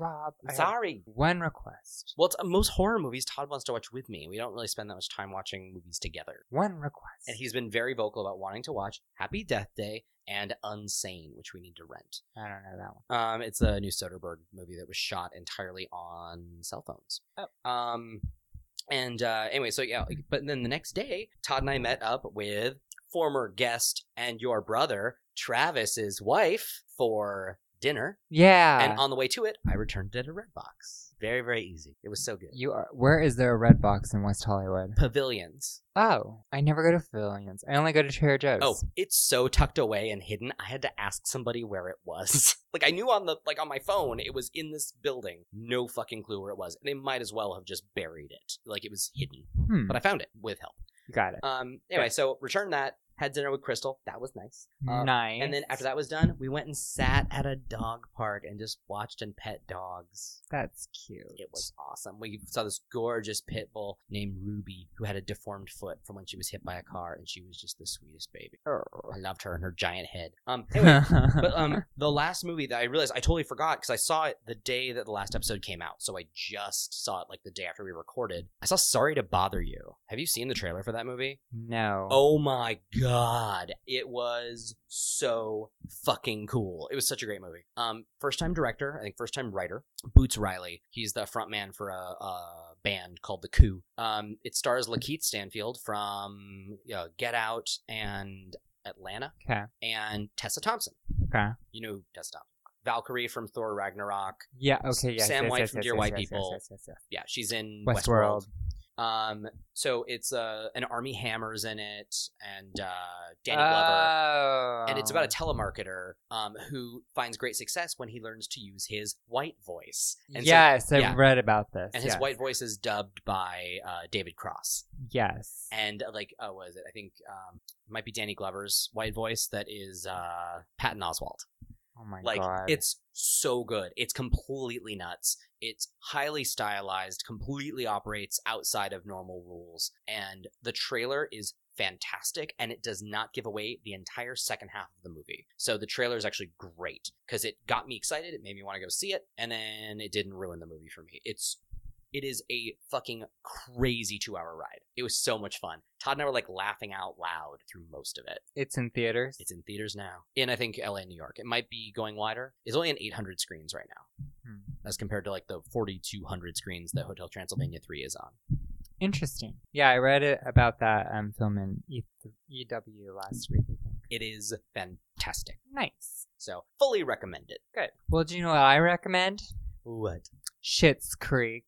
A: Rob, I have
B: sorry
A: one request.
B: Well, it's, uh, most horror movies Todd wants to watch with me. We don't really spend that much time watching movies together.
A: One request.
B: And he's been very vocal about wanting to watch Happy Death Day and Unsane, which we need to rent.
A: I don't know that one.
B: Um, it's a new Soderbergh movie that was shot entirely on cell phones. Oh. Um, and uh, anyway, so yeah, like- but then the next day, Todd and I met up with former guest and your brother, Travis's wife, for dinner.
A: Yeah.
B: and on the way to it, I returned it at a red box. Very, very easy. It was so good.
A: you are. Where is there a red box in West Hollywood?
B: Pavilions.
A: Oh, I never go to Pavilions. I only go to Trader Joe's.
B: Oh, it's so tucked away and hidden. I had to ask somebody where it was. like I knew on the like on my phone it was in this building. No fucking clue where it was. They might as well have just buried it. Like it was hidden.
A: hmm.
B: But I found it with help.
A: You got it.
B: Um anyway, so returned that, had dinner with Crystal. That was nice. Uh,
A: nice.
B: And then after that was done, we went and sat at a dog park and just watched and pet dogs.
A: that's cute.
B: It was awesome. We saw this gorgeous pit bull named Ruby who had a deformed foot from when she was hit by a car, and she was just the sweetest baby. I loved her and her giant head. Um, anyway, but um, the last movie that I realized I totally forgot because I saw it the day that the last episode came out, so I just saw it like the day after we recorded. I saw Sorry to Bother You. Have you seen the trailer for that movie?
A: no.
B: Oh my god, it was so fucking cool. It was such a great movie. Um, first time director, I think first time writer, Boots Riley. He's the front man for a, a band called The Coup. Um, it stars Lakeith Stanfield from you know, Get Out and Atlanta
A: Okay.
B: and Tessa Thompson.
A: Okay.
B: You know Tessa Thompson. Valkyrie from Thor Ragnarok.
A: Yeah. Okay. Yes.
B: Sam
A: yes,
B: White
A: yes,
B: from
A: yes,
B: Dear
A: yes,
B: White
A: yes, yes,
B: People.
A: yes, yes, yes.
B: Yeah, she's in
A: Westworld.
B: Westworld. Um, so it's uh, an army hammers in it, and uh, Danny Glover.
A: Oh.
B: And it's about a telemarketer um, who finds great success when he learns to use his white voice. And so-
A: yes, I
B: yeah.
A: read about this.
B: and his
A: yes.
B: white voice is dubbed by uh, David Cross.
A: Yes.
B: And uh, like, oh, what is it? I think um, it might be Danny Glover's white voice that is uh, Patton Oswald.
A: oh my
B: like
A: god.
B: it's so good it's completely nuts it's highly stylized completely operates outside of normal rules and the trailer is fantastic and it does not give away the entire second half of the movie so the trailer is actually great because it got me excited it made me want to go see it and then it didn't ruin the movie for me it's It is a fucking crazy two hour ride. It was so much fun. Todd and I were like laughing out loud through most of it.
A: It's in theaters.
B: It's in theaters now, in I think LA, New York. It might be going wider. It's only in 800 screens right now,
A: Hmm.
B: as compared to like the 4,200 screens that Hotel Transylvania 3 is on.
A: Interesting. Yeah, I read it about that um, film in e- EW last week. I think.
B: It is fantastic.
A: Nice.
B: So, fully recommend it. Good.
A: Well, do you know what I recommend?
B: What?
A: Shits Creek.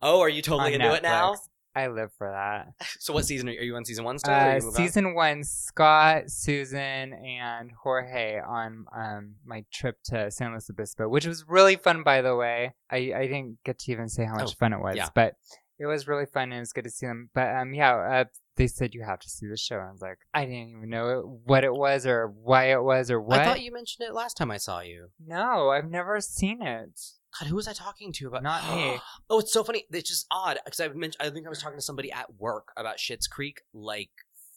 B: Oh, are you totally
A: on
B: into it now?
A: Netflix. I live for that.
B: So, what season are you, are you on season one still? or
A: Uh,
B: you move on?
A: season one, Scott, Susan, and Jorge on um, my trip to San Luis Obispo, which was really fun, by the way. I, I didn't get to even say how much
B: Oh,
A: fun it was,
B: yeah.
A: but it was really fun and it was good to see them. But um, yeah, uh, they said you have to see the show. I was like, I didn't even know it, what it was or why it was or what.
B: I thought you mentioned it last time I saw you.
A: no, I've never seen it.
B: God, who was I talking to about?
A: Not me.
B: oh, it's so funny. It's just odd because I mentioned. I think I was talking to somebody at work about Shit's Creek like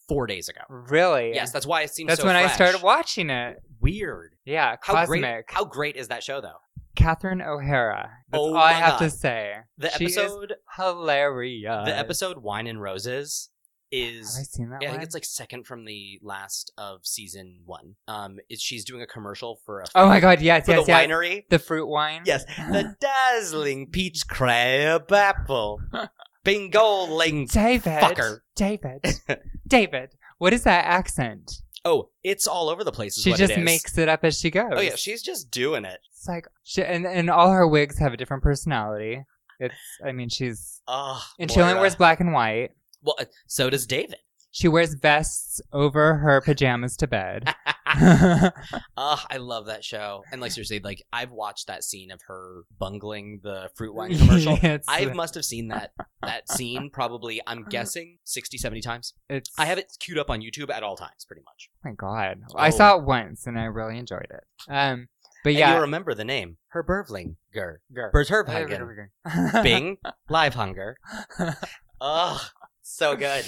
B: four days ago.
A: Really?
B: Yes, that's why it seems.
A: That's
B: so
A: when I
B: fresh.
A: started watching it.
B: Weird.
A: Yeah,
B: How
A: Cosmic.
B: great! How great is that show though?
A: Catherine O'Hara. That's
B: Oh
A: all I
B: my
A: have to
B: God.
A: say.
B: The
A: She is
B: episode,
A: hilarious.
B: the episode "Wine and Roses"
A: Have
B: is
A: I seen that?
B: Yeah, I think
A: one?
B: it's like second from the last of season one. Um, it, she's doing a commercial for a
A: Oh my god! Yes,
B: for
A: yes,
B: the
A: yes.
B: winery.
A: The fruit wine.
B: Yes, the dazzling peach crab apple, bingoling.
A: David.
B: Fucker.
A: David. David. What is that accent?
B: Oh, it's all over the place. Is
A: She
B: what
A: just
B: it is.
A: makes it up as she goes.
B: Oh yeah, she's just doing it.
A: It's like she, and and all her wigs have a different personality. It's I mean she's
B: Oh,
A: and she only
B: Moira.
A: wears black and white.
B: Well, uh, so does David.
A: She wears vests over her pajamas to bed.
B: Oh, I love that show. And like seriously, like I've watched that scene of her bungling the fruit wine commercial.
A: It's-
B: I must have seen that that scene probably I'm guessing 60 70 times.
A: it's-
B: I have it queued up on YouTube at all times pretty much.
A: Oh my god. I
B: Oh.
A: saw it once and I really enjoyed it. Um but
B: And
A: yeah.
B: you remember the name. Her Bervling. Ger.
A: Grr.
B: Bertervagen. Bing. Live Hunger. Ugh. So good.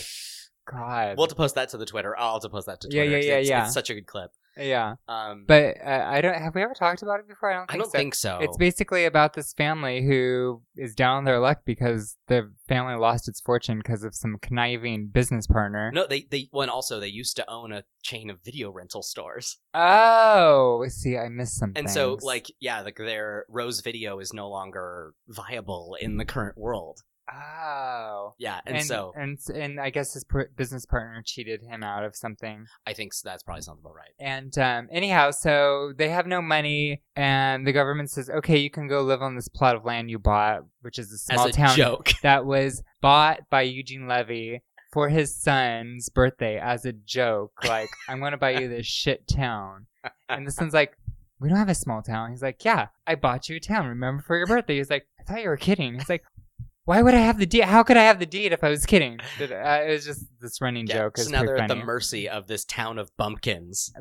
A: God.
B: We'll have to post that to the Twitter. I'll have to post that to
A: Yeah,
B: Twitter.
A: yeah,
B: 'cause
A: yeah,
B: it's,
A: yeah.
B: It's such a good clip.
A: yeah,
B: Um,
A: but uh, I don't. Have we ever talked about it before? I don't.
B: I
A: Think
B: don't
A: so.
B: think so.
A: It's basically about this family who is down on their luck because the family lost its fortune because of some conniving business partner.
B: No, they they well, and also they used to own a chain of video rental stores,
A: Oh, see, I missed something.
B: and so like yeah, like their Rose Video is no longer viable in the current world.
A: oh,
B: Yeah, and, so
A: and and I guess his per- business partner cheated him out of something.
B: I think s- that's probably something about right.
A: And um, anyhow, so they have no money, and the government says, "Okay, you can go live on this plot of land you bought, which is a small
B: As a
A: town
B: joke,
A: that was bought by Eugene Levy for his son's birthday as a joke. Like, I'm going to buy you this shit town. And the son's like, we don't have a small town. He's like, yeah, I bought you a town. Remember for your birthday? He's like, I thought you were kidding. He's like, why would I have the deed? How could I have the deed if I was kidding? But, uh, it was just this running
B: yeah.
A: joke.
B: so
A: Is
B: now they're
A: pretty
B: at the
A: funny.
B: mercy of this town of bumpkins.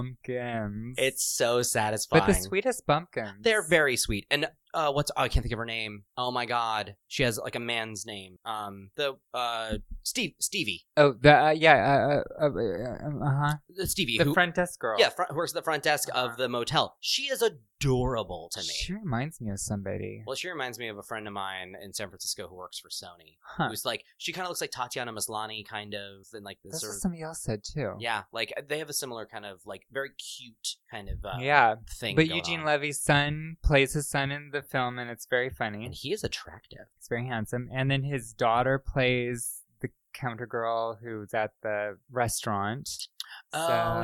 A: bumpkins.
B: It's so satisfying.
A: but the sweetest bumpkins.
B: They're very sweet. And uh, what's oh, I can't think of her name. Oh my god, she has like a man's name. Um, the uh Steve Stevie
A: oh the uh, yeah uh uh uh huh
B: Stevie
A: the
B: who,
A: front desk girl.
B: Yeah, front, works at the front desk
A: Uh-huh.
B: of the motel. She is adorable to me.
A: she reminds me of somebody.
B: well, she reminds me of a friend of mine in San Francisco who works for Sony.
A: Huh.
B: Who's like she kind of looks like Tatiana Maslany, kind of, and like this
A: That's
B: sort
A: what
B: of
A: somebody else said too.
B: yeah, like uh, they have a similar kind of like very cute kind of uh,
A: yeah.
B: thing.
A: But
B: going
A: Eugene
B: on.
A: Levy's son plays his son in the film, and it's very
B: and
A: funny.
B: he is attractive.
A: It's very handsome. And then his daughter plays the counter girl who's at the restaurant.
B: Oh,
A: So,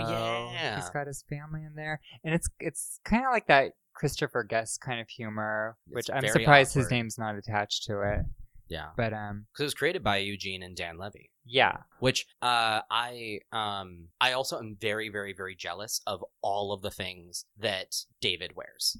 B: yeah.
A: he's got his family in there, and it's it's kind of like that Christopher Guest kind of humor,
B: It's
A: which I'm
B: very
A: surprised his
B: awkward.
A: name's not attached to it.
B: Yeah,
A: But um,
B: because it was created by Eugene and Dan Levy.
A: yeah,
B: which uh, I um I also am very very very jealous of all of the things that David wears.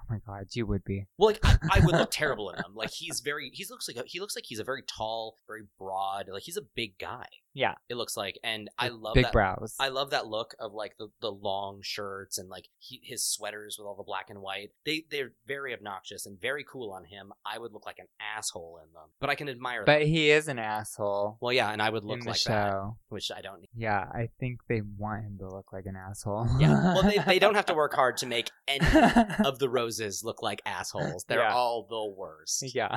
A: oh my god, you would be.
B: Well, like I, I would look terrible in them. Like he's very he looks like a, he looks like he's a very tall, very broad. Like he's a big guy.
A: Yeah.
B: it looks like, and I love
A: Big
B: that.
A: brows.
B: I love that look of like the, the long shirts and like he, his sweaters with all the black and white. They they're very obnoxious and very cool on him. I would look like an asshole in them, but I can admire them.
A: but he is an asshole
B: Well, yeah, and I would look
A: in the
B: like that,
A: show.
B: which I don't. Need.
A: Yeah, I think they want him to look like an asshole.
B: Yeah, well, they they don't have to work hard to make any of the roses look like assholes. They're
A: Yeah.
B: all the worst.
A: yeah.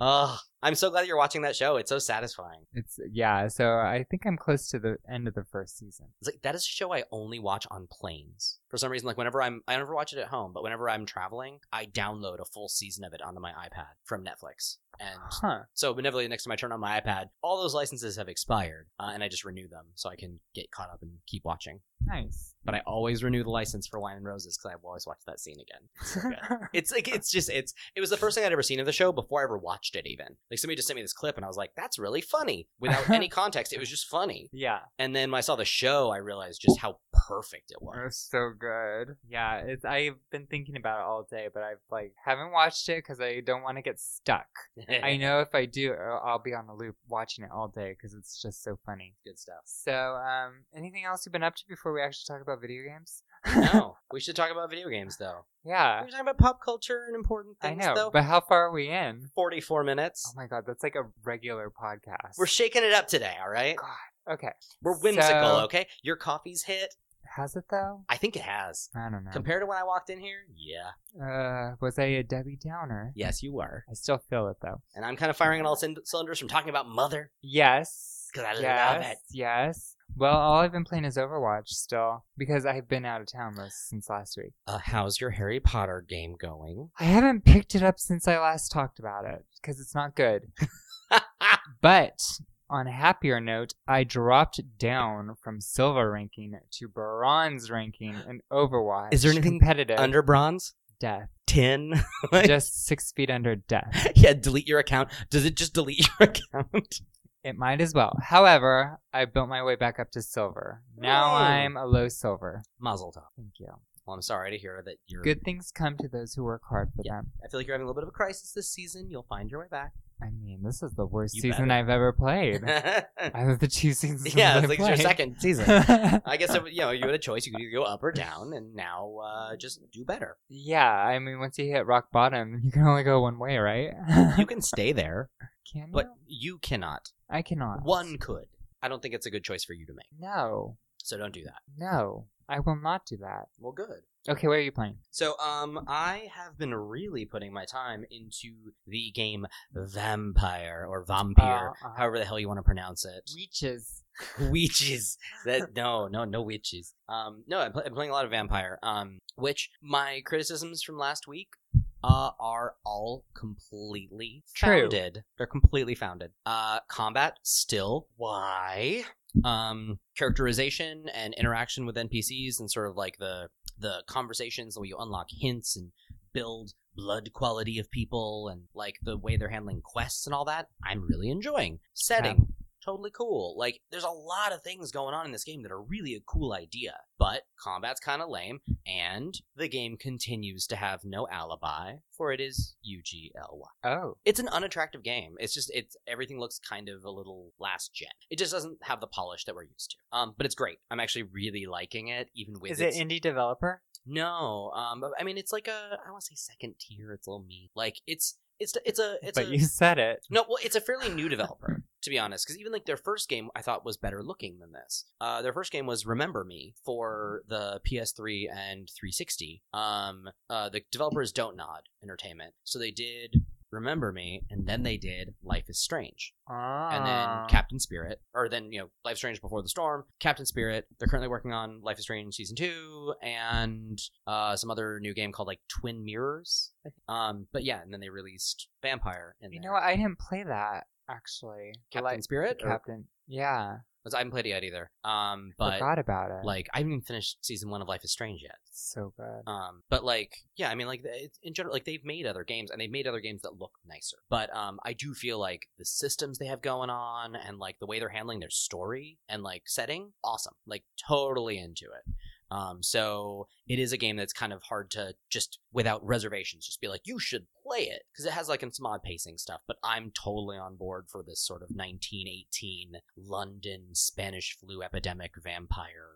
B: Ugh, I'm so glad you're watching that show. It's so satisfying.
A: It's yeah, so I think I'm close to the end of the first season.
B: It's like that is a show I only watch on planes. For some reason, like whenever I'm, I never watch it at home, but whenever I'm traveling, I download a full season of it onto my iPad from Netflix. And
A: Huh.
B: so, benevolently, next time I turn on my iPad, all those licenses have expired, uh, and I just renew them so I can get caught up and keep watching.
A: Nice.
B: But I always renew the license for Wine and Roses because I always watch that scene again. It's so good. It's like it's just it's it was the first thing I'd ever seen of the show before I ever watched it even. Like somebody just sent me this clip and I was like, that's really funny. Without any context, it was just funny.
A: yeah.
B: And then when I saw the show, I realized just how perfect it was.
A: It's so good. Yeah, it's I've been thinking about it all day, but I've like haven't watched it because I don't want to get stuck. I know if I do, I'll I'll be on the loop watching it all day because it's just so funny.
B: good stuff.
A: So, um, anything else you've been up to before we actually talk about video games?
B: No, we should talk about video games though. We
A: Yeah,
B: We're talking about pop culture and important
A: I
B: things
A: know.
B: though.
A: But how far are we in?
B: Forty-four minutes.
A: Oh my god, that's like a regular podcast.
B: We're shaking it up today. All right,
A: God. okay.
B: we're whimsical.
A: So-
B: Okay, your coffee's hit.
A: Has it though?
B: I think it has.
A: I don't know.
B: Compared to when I walked in here, yeah.
A: uh, was I a Debbie Downer?
B: Yes, you were.
A: I still feel it though.
B: And I'm kind of firing on all cyn- cylinders from talking about Mother.
A: Yes.
B: 'Cause I love
A: yes,
B: it.
A: Yes. Well, all I've been playing is Overwatch still because I've been out of town most since last week.
B: Uh, how's your Harry Potter game going?
A: I haven't picked it up since I last talked about it because it's not good. but on a happier note, I dropped down from silver ranking to bronze ranking in Overwatch.
B: Is there anything
A: competitive?
B: Under bronze,
A: death,
B: ten. Like-
A: just six feet under death.
B: yeah, delete your account. Does it just delete your account?
A: It might as well. However, I built my way back up to silver. Now
B: Yay.
A: I'm a low silver.
B: Mazel tov.
A: Thank you.
B: Well, I'm sorry to hear that you're.
A: Good things come to those who work hard for
B: Yeah.
A: them.
B: I feel like you're having a little bit of a crisis this season. You'll find your way back.
A: I mean, this is the worst
B: You
A: season
B: better.
A: I've ever played.
B: yeah,
A: Out of the two seasons,
B: it's
A: that I've
B: like it's your
A: played.
B: second season. I guess it, would- you know you had a choice. You could either go up or down, and now uh, just do better.
A: yeah, I mean, once you hit rock bottom, you can only go one way, right?
B: You can stay there,
A: can
B: but
A: you?
B: you cannot.
A: I cannot.
B: One could. I don't think it's a good choice for you to make.
A: No,
B: So don't do that.
A: no, I will not do that.
B: Well, good.
A: Okay, where are you playing?
B: So, um, I have been really putting my time into the game Vampire or Vampire,
A: Uh, uh,
B: however the hell you want to pronounce it.
A: Reaches.
B: witches. That no, no, no witches. Um, no, I'm, pl- I'm playing a lot of vampire. Um, which my criticisms from last week. Uh, are all completely
A: True.
B: founded. They're completely founded. Uh, combat still why? Um, characterization and interaction with NPCs and sort of like the the conversations where you unlock hints and build blood quality of people and like the way they're handling quests and all that. I'm really enjoying setting totally cool. Like, there's a lot of things going on in this game that are really a cool idea, but combat's kind of lame, and the game continues to have no alibi, for it is UGLY.
A: Oh,
B: It's an unattractive game. It's just, it's everything looks kind of a little last gen. It just doesn't have the polish that we're used to. Um, but it's great. I'm actually really liking it, even with
A: is it
B: its-
A: indie developer?
B: no. Um, but, I mean, it's like a, I want to say second tier. It's a little mean. Like, it's. It's, it's a it's
A: but
B: a,
A: you said it.
B: no, well, it's a fairly new developer, to be honest, because even like their first game, I thought was better looking than this. Uh, their first game was Remember Me for the PS3 and 360. Um, uh, the developers Don't Nod Entertainment, so they did Remember Me, and then they did Life is Strange and
A: Ah.
B: then Captain Spirit, or then you know Life is Strange Before the Storm, Captain Spirit. They're currently working on Life is Strange season two and uh, some other new game called like Twin Mirrors. I think. Um, but yeah, and then they released Vampire. In
A: You
B: there.
A: know what? I didn't play that actually.
B: Captain
A: Like,
B: Spirit? or-
A: Captain. Yeah,
B: I haven't played it yet either. Um, but
A: forgot about it.
B: like I haven't even finished season one of Life is Strange yet.
A: so good.
B: Um, but like, yeah, I mean, like it's- in general, like they've made other games and they've made other games that look nicer. But um, I do feel like the systems they have going on and like the way they're handling their story and like setting, awesome. Like totally into it. Um, so it is a game that's kind of hard to just without reservations just be like you should play it because it has like some odd pacing stuff. But I'm totally on board for this sort of 1918 London Spanish flu epidemic vampire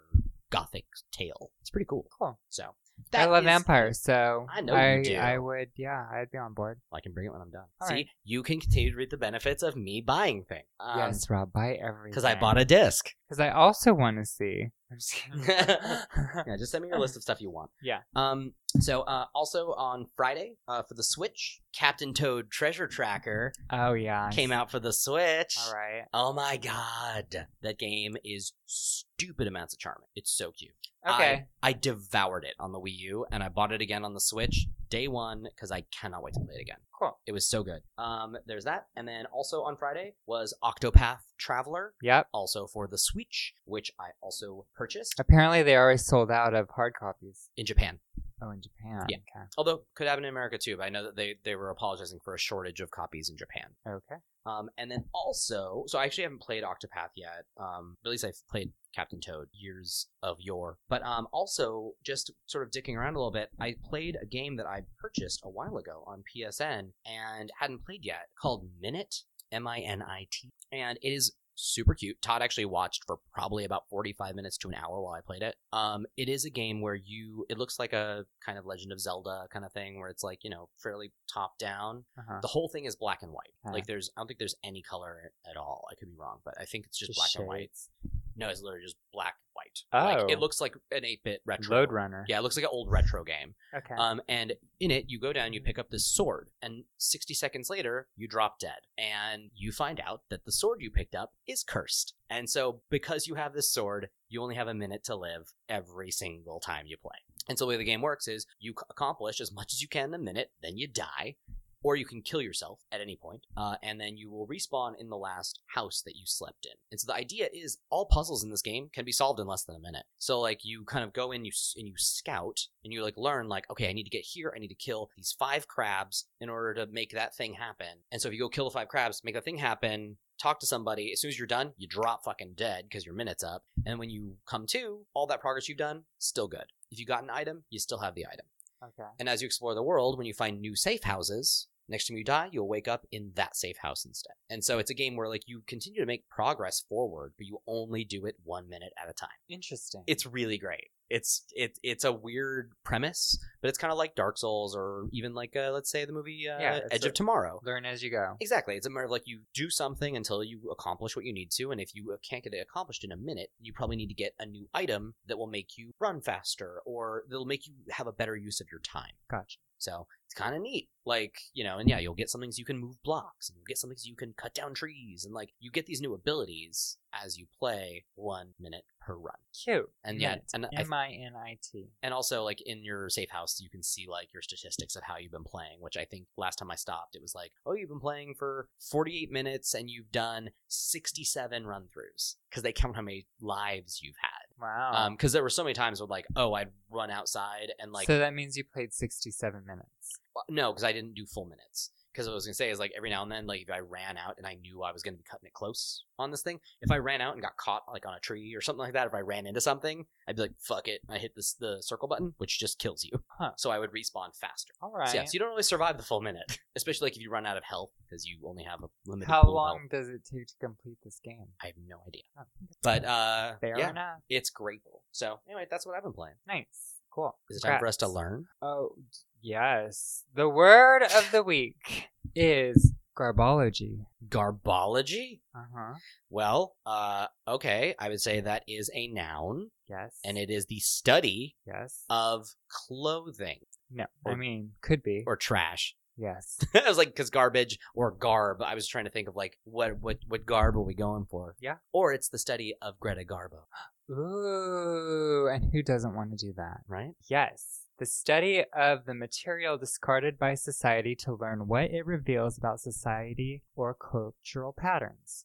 B: gothic tale. It's pretty cool.
A: Cool.
B: So
A: I
B: that
A: love
B: is-
A: vampires, so
B: I know you
A: I,
B: do.
A: I would. Yeah, I'd be on board.
B: I can bring it when I'm done.
A: All
B: See,
A: right.
B: you can continue to reap the benefits of me buying things. Um,
A: yes, Rob, buy everything.
B: Because I bought a disc.
A: Because I also want to see. I'm just kidding.
B: Yeah, just send me your list of stuff you want.
A: Yeah.
B: Um. So, uh, also on Friday, uh, for the Switch, Captain Toad Treasure Tracker
A: oh yeah.
B: came out for the Switch.
A: All right.
B: Oh my god, that game is stupid amounts of charming. It's so cute.
A: Okay.
B: I, I devoured it on the Wii U, and I bought it again on the Switch day one because I cannot wait to play it again.
A: Cool.
B: It was so good. Um, there's that, and then also on Friday was Octopath Traveler,
A: Yep.
B: also for the Switch, which I also purchased
A: Apparently, they already sold out of hard copies.
B: in Japan.
A: Oh, in Japan.
B: Yeah. although could happen in America too. But I know that they they were apologizing for a shortage of copies in Japan.
A: Okay. Okay.
B: Um, and then also, so I actually haven't played Octopath yet. Um, but at least I've played Captain Toad years of yore. But um, also just sort of dicking around a little bit, I played a game that I purchased a while ago on PSN and hadn't played yet called Minute M I N I T, and it is super cute. Todd actually watched for probably about 45 minutes to an hour while I played it. Um, it is a game where you it looks like a kind of Legend of Zelda kind of thing where it's like, you know, fairly top down
A: Uh-huh.
B: the whole thing is black and white.
A: Huh.
B: Like there's, I don't think there's any color at all. I could be wrong, but I think it's just,
A: Just
B: black and white.
A: shades.
B: No, it's literally just black white. Like, it
A: Oh.
B: looks like an eight bit retro.
A: Load Runner.
B: Yeah, it looks like an old retro game.
A: Okay.
B: Um, and in it, you go down, you pick up this sword, and 60 seconds later, you drop dead. And you find out that the sword you picked up is cursed. And so, because you have this sword, you only have a minute to live every single time you play. And so, the way the game works is you c- accomplish as much as you can in a minute, then you die. Or you can kill yourself at any point, uh, and then you will respawn in the last house that you slept in. And so the idea is all puzzles in this game can be solved in less than a minute. So like you kind of go in, you s- and you scout, and you like learn like, okay, I need to get here. I need to kill these five crabs in order to make that thing happen. And so if you go kill the five crabs, make that thing happen. Talk to somebody. As soon as you're done, you drop fucking dead because your minute's up. And when you come to, all that progress you've done, still good. If you got an item, you still have the item.
A: okay.
B: And as you explore the world, when you find new safe houses, next time you die, you'll wake up in that safe house instead. And so it's a game where like you continue to make progress forward, but you only do it one minute at a time.
A: Interesting.
B: It's really great. It's it, it's a weird premise, but it's kind of like Dark Souls or even like uh, let's say the movie uh,
A: Yeah, it's
B: Edge
A: a-
B: of Tomorrow.
A: learn as you go.
B: Exactly. It's a matter of like you do something until you accomplish what you need to, and if you uh, can't get it accomplished in a minute, you probably need to get a new item that will make you run faster or that'll make you have a better use of your time.
A: Gotcha.
B: So it's kind of neat. Like, you know, and yeah, you'll get some things you can move blocks, and you'll get some things you can cut down trees, and like you get these new abilities as you play one minute per run.
A: Cute.
B: And yeah, and I,
A: M I N I T.
B: and also like in your safe house you can see like your statistics of how you've been playing which i think last time i stopped it was like oh you've been playing for 48 minutes and you've done 67 run throughs because they count how many lives you've had
A: Wow.
B: Um 'cause because there were so many times where like oh i'd run outside and like
A: so that means you played 67 minutes.
B: well, no because i didn't do full minutes because what i was gonna say is like every now and then like if i ran out and i knew i was gonna be cutting it close on this thing if i ran out and got caught like on a tree or something like that if i ran into something i'd be like fuck it i hit this the circle button which just kills you
A: Huh.
B: so i would respawn faster
A: All right.
B: So, yeah, so you don't always survive the full minute, especially like if you run out of health because you only have a limited.
A: How
B: pool of
A: long
B: health.
A: does it take to complete this game?
B: I have no idea,
A: Oh, that's
B: but uh,
A: fair
B: yeah,
A: enough.
B: it's great. So anyway, that's what I've been playing.
A: Nice. Cool.
B: Is it time for us to
A: Congrats.
B: learn?
A: Oh, yes. The word of the week is garbology.
B: Garbology.
A: Uh huh.
B: Well, uh, okay, I would say that is a noun,
A: Yes.
B: and it is the study
A: Yes.
B: of clothing
A: no.
B: or-
A: I mean, could be.
B: or trash.
A: yes.
B: I was like, because garbage or garb. I was trying to think of like what what what garb are we going for?
A: Yeah.
B: Or it's the study of Greta Garbo,
A: Ooh, and who doesn't want to do that?
B: right?
A: Yes. The study of the material discarded by society to learn what it reveals about society or cultural patterns.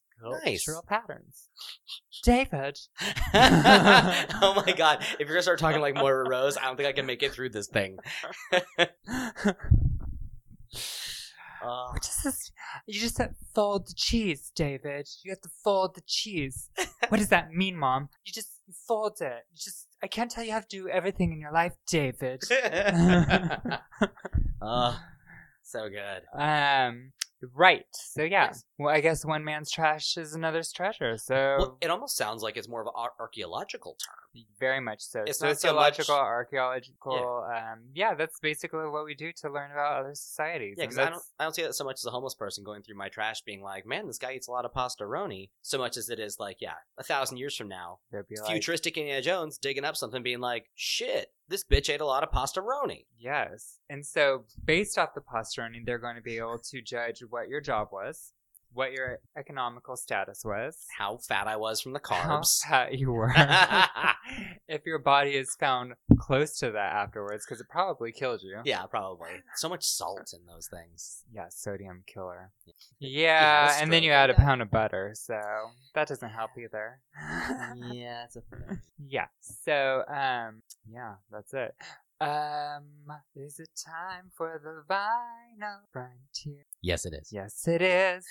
B: Nice.
A: Cultural patterns. David.
B: oh my god! If you're gonna start talking like Moira Rose, I don't think I can make it through this thing. Uh,
A: What is this? You just said fold the cheese, David. You have to fold the cheese. what does that mean, Mom? You just fold it. You just I can't tell you how to do everything in your life, David.
B: oh, so good.
A: um, right. So yeah. Well, I guess one man's trash is another's treasure. So
B: Well, it almost sounds like it's more of an ar- archaeological term.
A: very much so.
B: It's not so much-
A: Sociological, archaeological. Um, yeah, that's basically what we do to learn about other societies.
B: Yeah,
A: and
B: because I
A: that's-
B: don't, I don't see that so much as a homeless person going through my trash being like, man, this guy eats a lot of pastaroni, so much as it is like, yeah, a thousand years from now,
A: they'd be like,
B: futuristic Indiana Jones digging up something, being like, shit, this bitch ate a lot of pastaroni.
A: Yes. And so, based off the posterity, they're going to be able to judge what your job was, what your economical status was,
B: How fat I was from the
A: how
B: carbs.
A: fat you were, if your body is found close to that afterwards, because it probably killed you.
B: yeah, probably. So much salt in those things.
A: Yeah, sodium killer.
B: Yeah,
A: Yeah,
B: that's
A: and then
B: true.
A: you add a
B: Yeah.
A: pound of butter, so that doesn't help either.
B: yeah, that's a
A: yeah. So, um, yeah, that's it. Um, is it time for the vinyl frontier?
B: Yes, it is.
A: Yes, it is.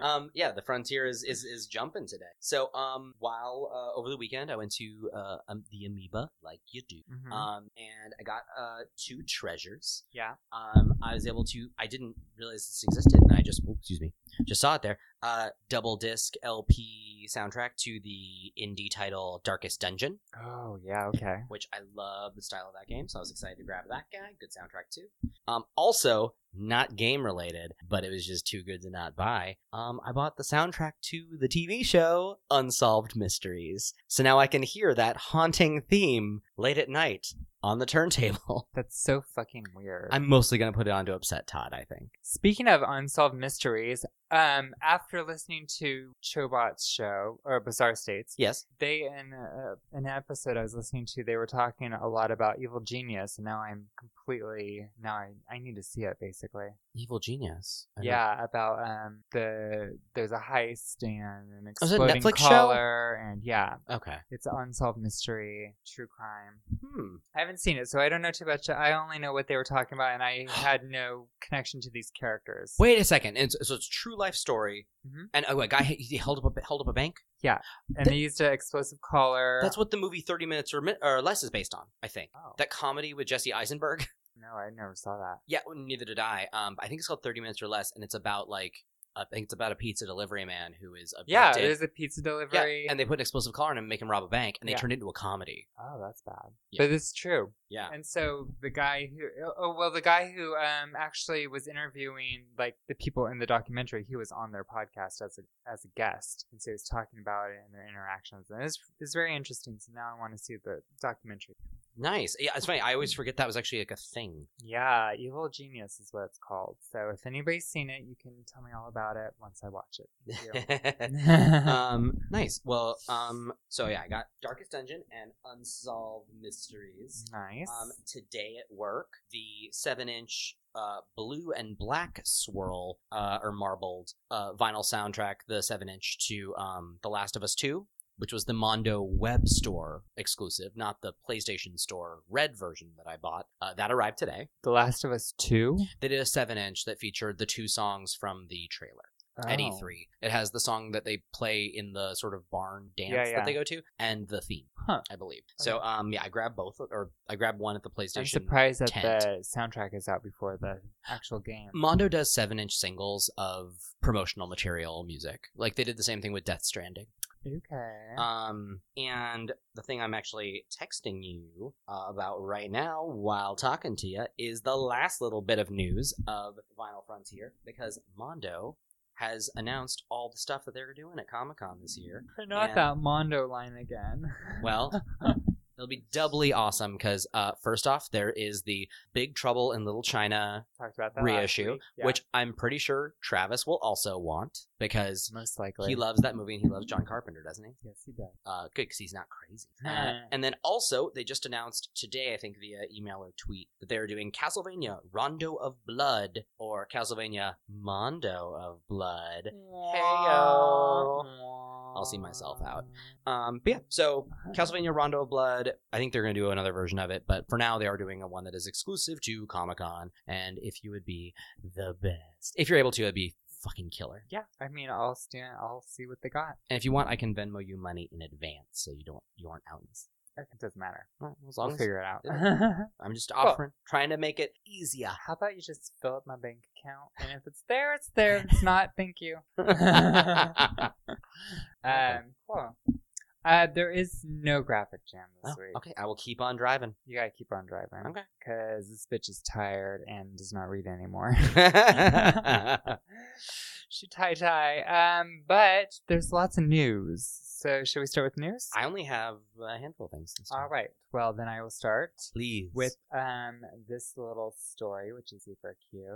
B: um, yeah, the frontier is is, is jumping today. So, um, while uh, over the weekend I went to uh, um, the Amoeba, like you do,
A: Mhm.
B: um, and I got uh, two treasures.
A: yeah.
B: Um, I was able to. I didn't realize this existed, and I just oh, excuse me, just saw it there. Uh, double disc LP soundtrack to the indie title Darkest Dungeon,
A: Oh, yeah, okay.
B: which I love the style of that game. So I was excited to grab that guy. Good soundtrack too. Um, also not game related, but it was just too good to not buy. Um, I bought the soundtrack to the TV show Unsolved Mysteries, so now I can hear that haunting theme late at night on the turntable.
A: That's so fucking weird.
B: I'm mostly gonna put it on to upset Todd. I think.
A: Speaking of unsolved mysteries, um, after listening to Chobot's show or Bizarre States,
B: Yes.
A: they in uh, an episode I was listening to, they were talking a lot about Evil Genius, and now I'm completely now I, I need to see it basically.
B: Evil genius. I know.
A: Yeah, about um the there's a heist and an
B: Oh, is it a
A: exploding
B: Netflix show?
A: collar, and yeah,
B: Okay.
A: it's an unsolved mystery, true crime.
B: Hmm.
A: I haven't seen it, so I don't know too much. I only know what they were talking about, and I had no connection to these characters.
B: Wait a second. And so, so it's a true life story.
A: Mhm.
B: And oh, a guy he held up a, held up a bank.
A: and they used an explosive collar.
B: That's what the movie Thirty Minutes or, Mi- or Less is based on. I think
A: Oh,
B: that comedy with Jesse Eisenberg.
A: no, I never saw that.
B: yeah, well, neither did I. Um, I think it's called Thirty Minutes or Less, and it's about like I think it's about a pizza delivery man who is abducted.
A: Yeah, there's a pizza
B: Yeah,
A: delivery.
B: and they put an explosive collar on him, and make him rob a bank, and they
A: Yeah.
B: turned it into a comedy.
A: oh, that's bad.
B: Yeah.
A: But it's true.
B: Yeah.
A: And so the guy who, oh well, the guy who um actually was interviewing like the people in the documentary, he was on their podcast as a as a guest, and so he was talking about it and their interactions, and it's it's very interesting. So now I want to see the documentary.
B: Nice. Yeah, it's funny. I
A: Mm.
B: always forget that was actually like a thing.
A: Yeah, Evil Genius is what it's called. So if anybody's seen it, you can tell me all about it once I watch it. Thank you.
B: um, nice. Well, um, so yeah, I got Darkest Dungeon and Unsolved Mysteries.
A: nice.
B: Um, today at work, the seven-inch uh, blue and black swirl uh, or marbled uh, vinyl soundtrack, the seven-inch to um, The Last of Us Two, which was the Mondo Web Store exclusive, not the PlayStation Store red version that I bought. Uh, that arrived today.
A: the Last of Us Two
B: They did a seven-inch that featured the two songs from the trailer at E
A: Oh.
B: E3. It has the song that they play in the sort of barn dance
A: Yeah,
B: that
A: yeah.
B: they go to, and the theme,
A: Huh.
B: I believe. So, um, yeah, I grabbed both, or I grabbed one at the PlayStation.
A: Oh. I'm surprised that
B: tent.
A: the soundtrack is out before the actual game.
B: Mondo does seven-inch singles of promotional material music. Like they did the same thing with Death Stranding.
A: Okay.
B: Um, and the thing I'm actually texting you uh, about right now while talking to you is the last little bit of news of Vinyl Frontier because Mondo has announced all the stuff that they're doing at Comic Con this year.
A: Not
B: and-
A: that Mondo line again.
B: Well, it'll be doubly awesome because uh, first off, there is the Big Trouble in Little China
A: talked about that last
B: reissue,
A: week. Yeah,
B: which I'm pretty sure Travis will also want because
A: most likely
B: He loves that movie and he loves John Carpenter, doesn't he?
A: Yes, he does.
B: Uh, good, because he's not crazy. Uh,
A: Nah.
B: and then also, they just announced today, I think via email or tweet, that they're doing Castlevania Rondo of Blood or Castlevania Mondo of Blood. yo. I'll see myself out. Um, but yeah, so Castlevania Rondo of Blood, I think they're going to do another version of it, but for now, they are doing a one that is exclusive to Comic Con. And if you would be the best, if you're able to, it'd be fucking killer.
A: Yeah, I mean, I'll stand. I'll see what they got.
B: And if you want, I can Venmo you money in advance, so you don't you aren't out. in this.
A: It doesn't matter.
B: Well, as
A: I'll
B: long as
A: figure it out.
B: I'm just
A: Well-
B: offering, trying to make it easier.
A: How about you just fill up my bank account, and if it's there, it's there. If it's not, thank you.
B: okay,
A: Um, cool. Uh, there is no graphic jam this week.
B: I will keep on driving.
A: You gotta keep on driving.
B: Okay.
A: Because this bitch is tired and does not read anymore. she tie tie. Um, but there's lots of news. So should we start with news?
B: I only have a handful of things. This
A: All right. Well, then I will start
B: please.
A: with um this little story, which is super cute.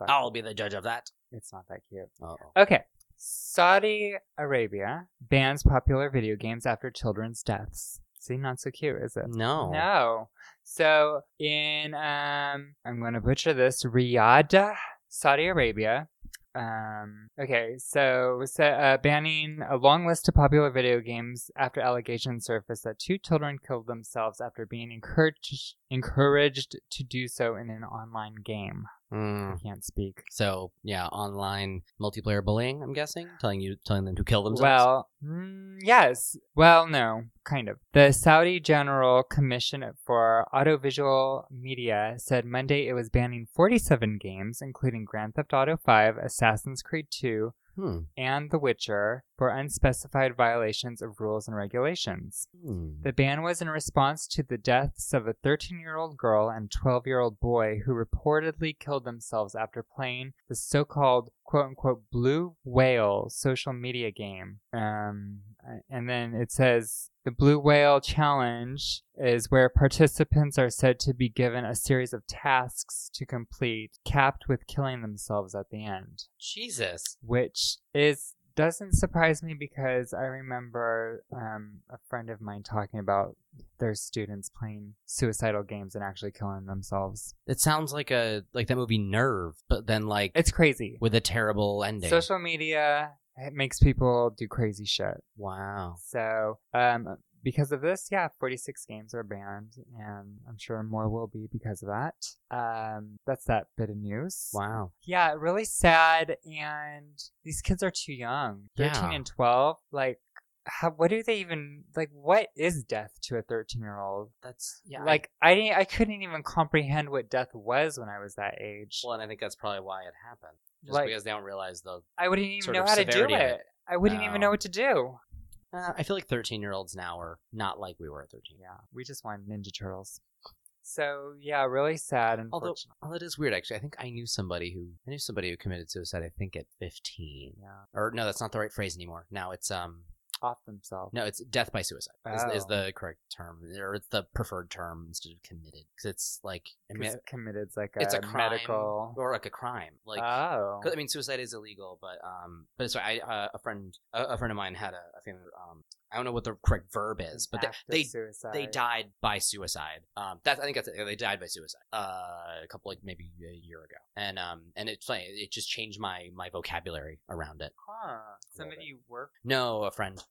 A: Fuck,
B: I'll be the judge of that.
A: It's not that cute.
B: Oh,
A: Okay. Saudi Arabia bans popular video games after children's deaths. See, not so cute, is it?
B: no.
A: No. So in um I'm gonna butcher this Riyadh, Saudi Arabia. Um okay, so, so uh, banning a long list of popular video games after allegations surfaced that two children killed themselves after being encouraged encouraged to do so in an online game. I
B: Mm.
A: can't speak.
B: So yeah, online multiplayer bullying. I'm guessing telling you telling them to kill themselves.
A: Well, mm, yes. Well, no, kind of. The Saudi General Commission for Audiovisual Media said Monday it was banning 47 games, including Grand Theft Auto 5, Assassin's Creed 2,
B: Hmm.
A: and The Witcher, for unspecified violations of rules and regulations.
B: Hmm.
A: The ban was in response to the deaths of a 13 year old girl and 12 year old boy who reportedly killed themselves after playing the so called quote unquote blue whale social media game. Um, and then it says the blue whale challenge is where participants are said to be given a series of tasks to complete, capped with killing themselves at the end
B: Jesus.
A: which is doesn't surprise me because I remember um, a friend of mine talking about their students playing suicidal games and actually killing themselves.
B: It sounds like a like that movie Nerve, but then like
A: It's crazy.
B: with a terrible ending.
A: Social media it makes people do crazy shit.
B: Wow.
A: So um, because of this, yeah, 46 games are banned, and I'm sure more will be because of that. Um, that's that bit of news.
B: Wow.
A: Yeah, really sad. And these kids are too young 13
B: Yeah.
A: and 12. Like, how, what do they even like? What is death to a 13 year old?
B: That's yeah. Like
A: Like, I, didn't, I couldn't even comprehend what death was when I was that age.
B: well, and I think that's probably why it happened. Just
A: Like-
B: because they don't realize the.
A: I wouldn't even
B: sort
A: know
B: of
A: how to do it.
B: severity of it. Oh.
A: I wouldn't even
B: No.
A: know what to do.
B: Uh, I feel like thirteen-year-olds now are not like we were at thirteen.
A: Yeah, we just want Ninja Turtles. So, yeah, really sad.
B: Although-
A: Unfortunately.
B: Oh, that is weird. Actually, I think I knew somebody who I knew somebody who committed suicide. I think at fifteen.
A: yeah,
B: Or no, that's not the right phrase anymore. Now it's um
A: off themselves.
B: no, it's death by suicide is, is
A: Oh.
B: the correct term, or it's the preferred term instead of committed because it's like I mean,
A: 'Cause committed's like a,
B: it's a crime
A: medical.
B: or like a crime. Like
A: oh.
B: 'Cause, I mean, suicide is illegal, but um, but sorry, I uh, a friend a, a friend of mine had a, a family. Um, I don't know what the correct verb is, but
A: An act of
B: they they,
A: suicide.
B: they died by suicide. Um, that's I think that's it. They died by suicide. Uh, a couple like maybe a year ago, and um, and it's funny. It just changed my my vocabulary around it.
A: Huh. Somebody
B: bit.
A: you work.
B: No, a friend.
A: Oh.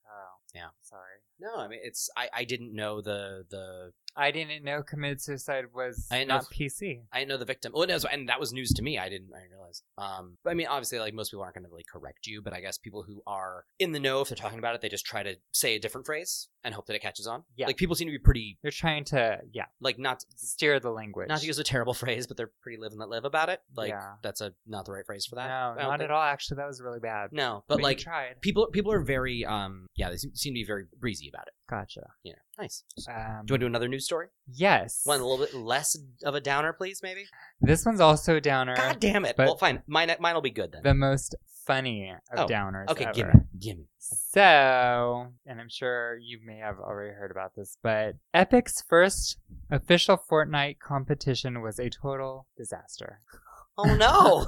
B: Yeah.
A: Sorry.
B: No, I mean it's I I didn't know the the
A: I didn't know committed suicide was
B: I didn't know
A: not
B: if-
A: PC.
B: I didn't know the victim. Well, no, so- and that was news to me. I didn't. I didn't realize. Um, but I mean, obviously, like most people aren't going to really correct you, but I guess people who are in the know, if they're talking about it, they just try to say a different phrase and hope that it catches on.
A: Yeah.
B: like people seem to be pretty
A: They're trying to, yeah,
B: like not
A: steer the language.
B: not to use a terrible phrase, but they're pretty live and let live about it. Like
A: Yeah.
B: that's a not the right phrase for
A: no,
B: that. I don't
A: not at
B: think-
A: all. Actually, that was really bad.
B: No, but
A: you
B: like
A: tried.
B: people people are very um yeah they seem, seem to be very breezy about it.
A: Gotcha.
B: You know, nice.
A: Um,
B: Do you want to do another news story?
A: yes.
B: One a little bit less of a downer, please, maybe.
A: This one's also a downer.
B: God damn it!
A: but-
B: well, fine. Mine mine'll be good then.
A: The most funny of
B: Oh,
A: downers.
B: okay,
A: ever.
B: gimme, gimme.
A: So, and I'm sure you may have already heard about this, but Epic's first official Fortnite competition was a total disaster.
B: Oh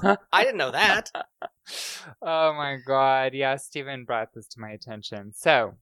B: no, I didn't know that.
A: oh my god. Yeah, Steven brought this to my attention. So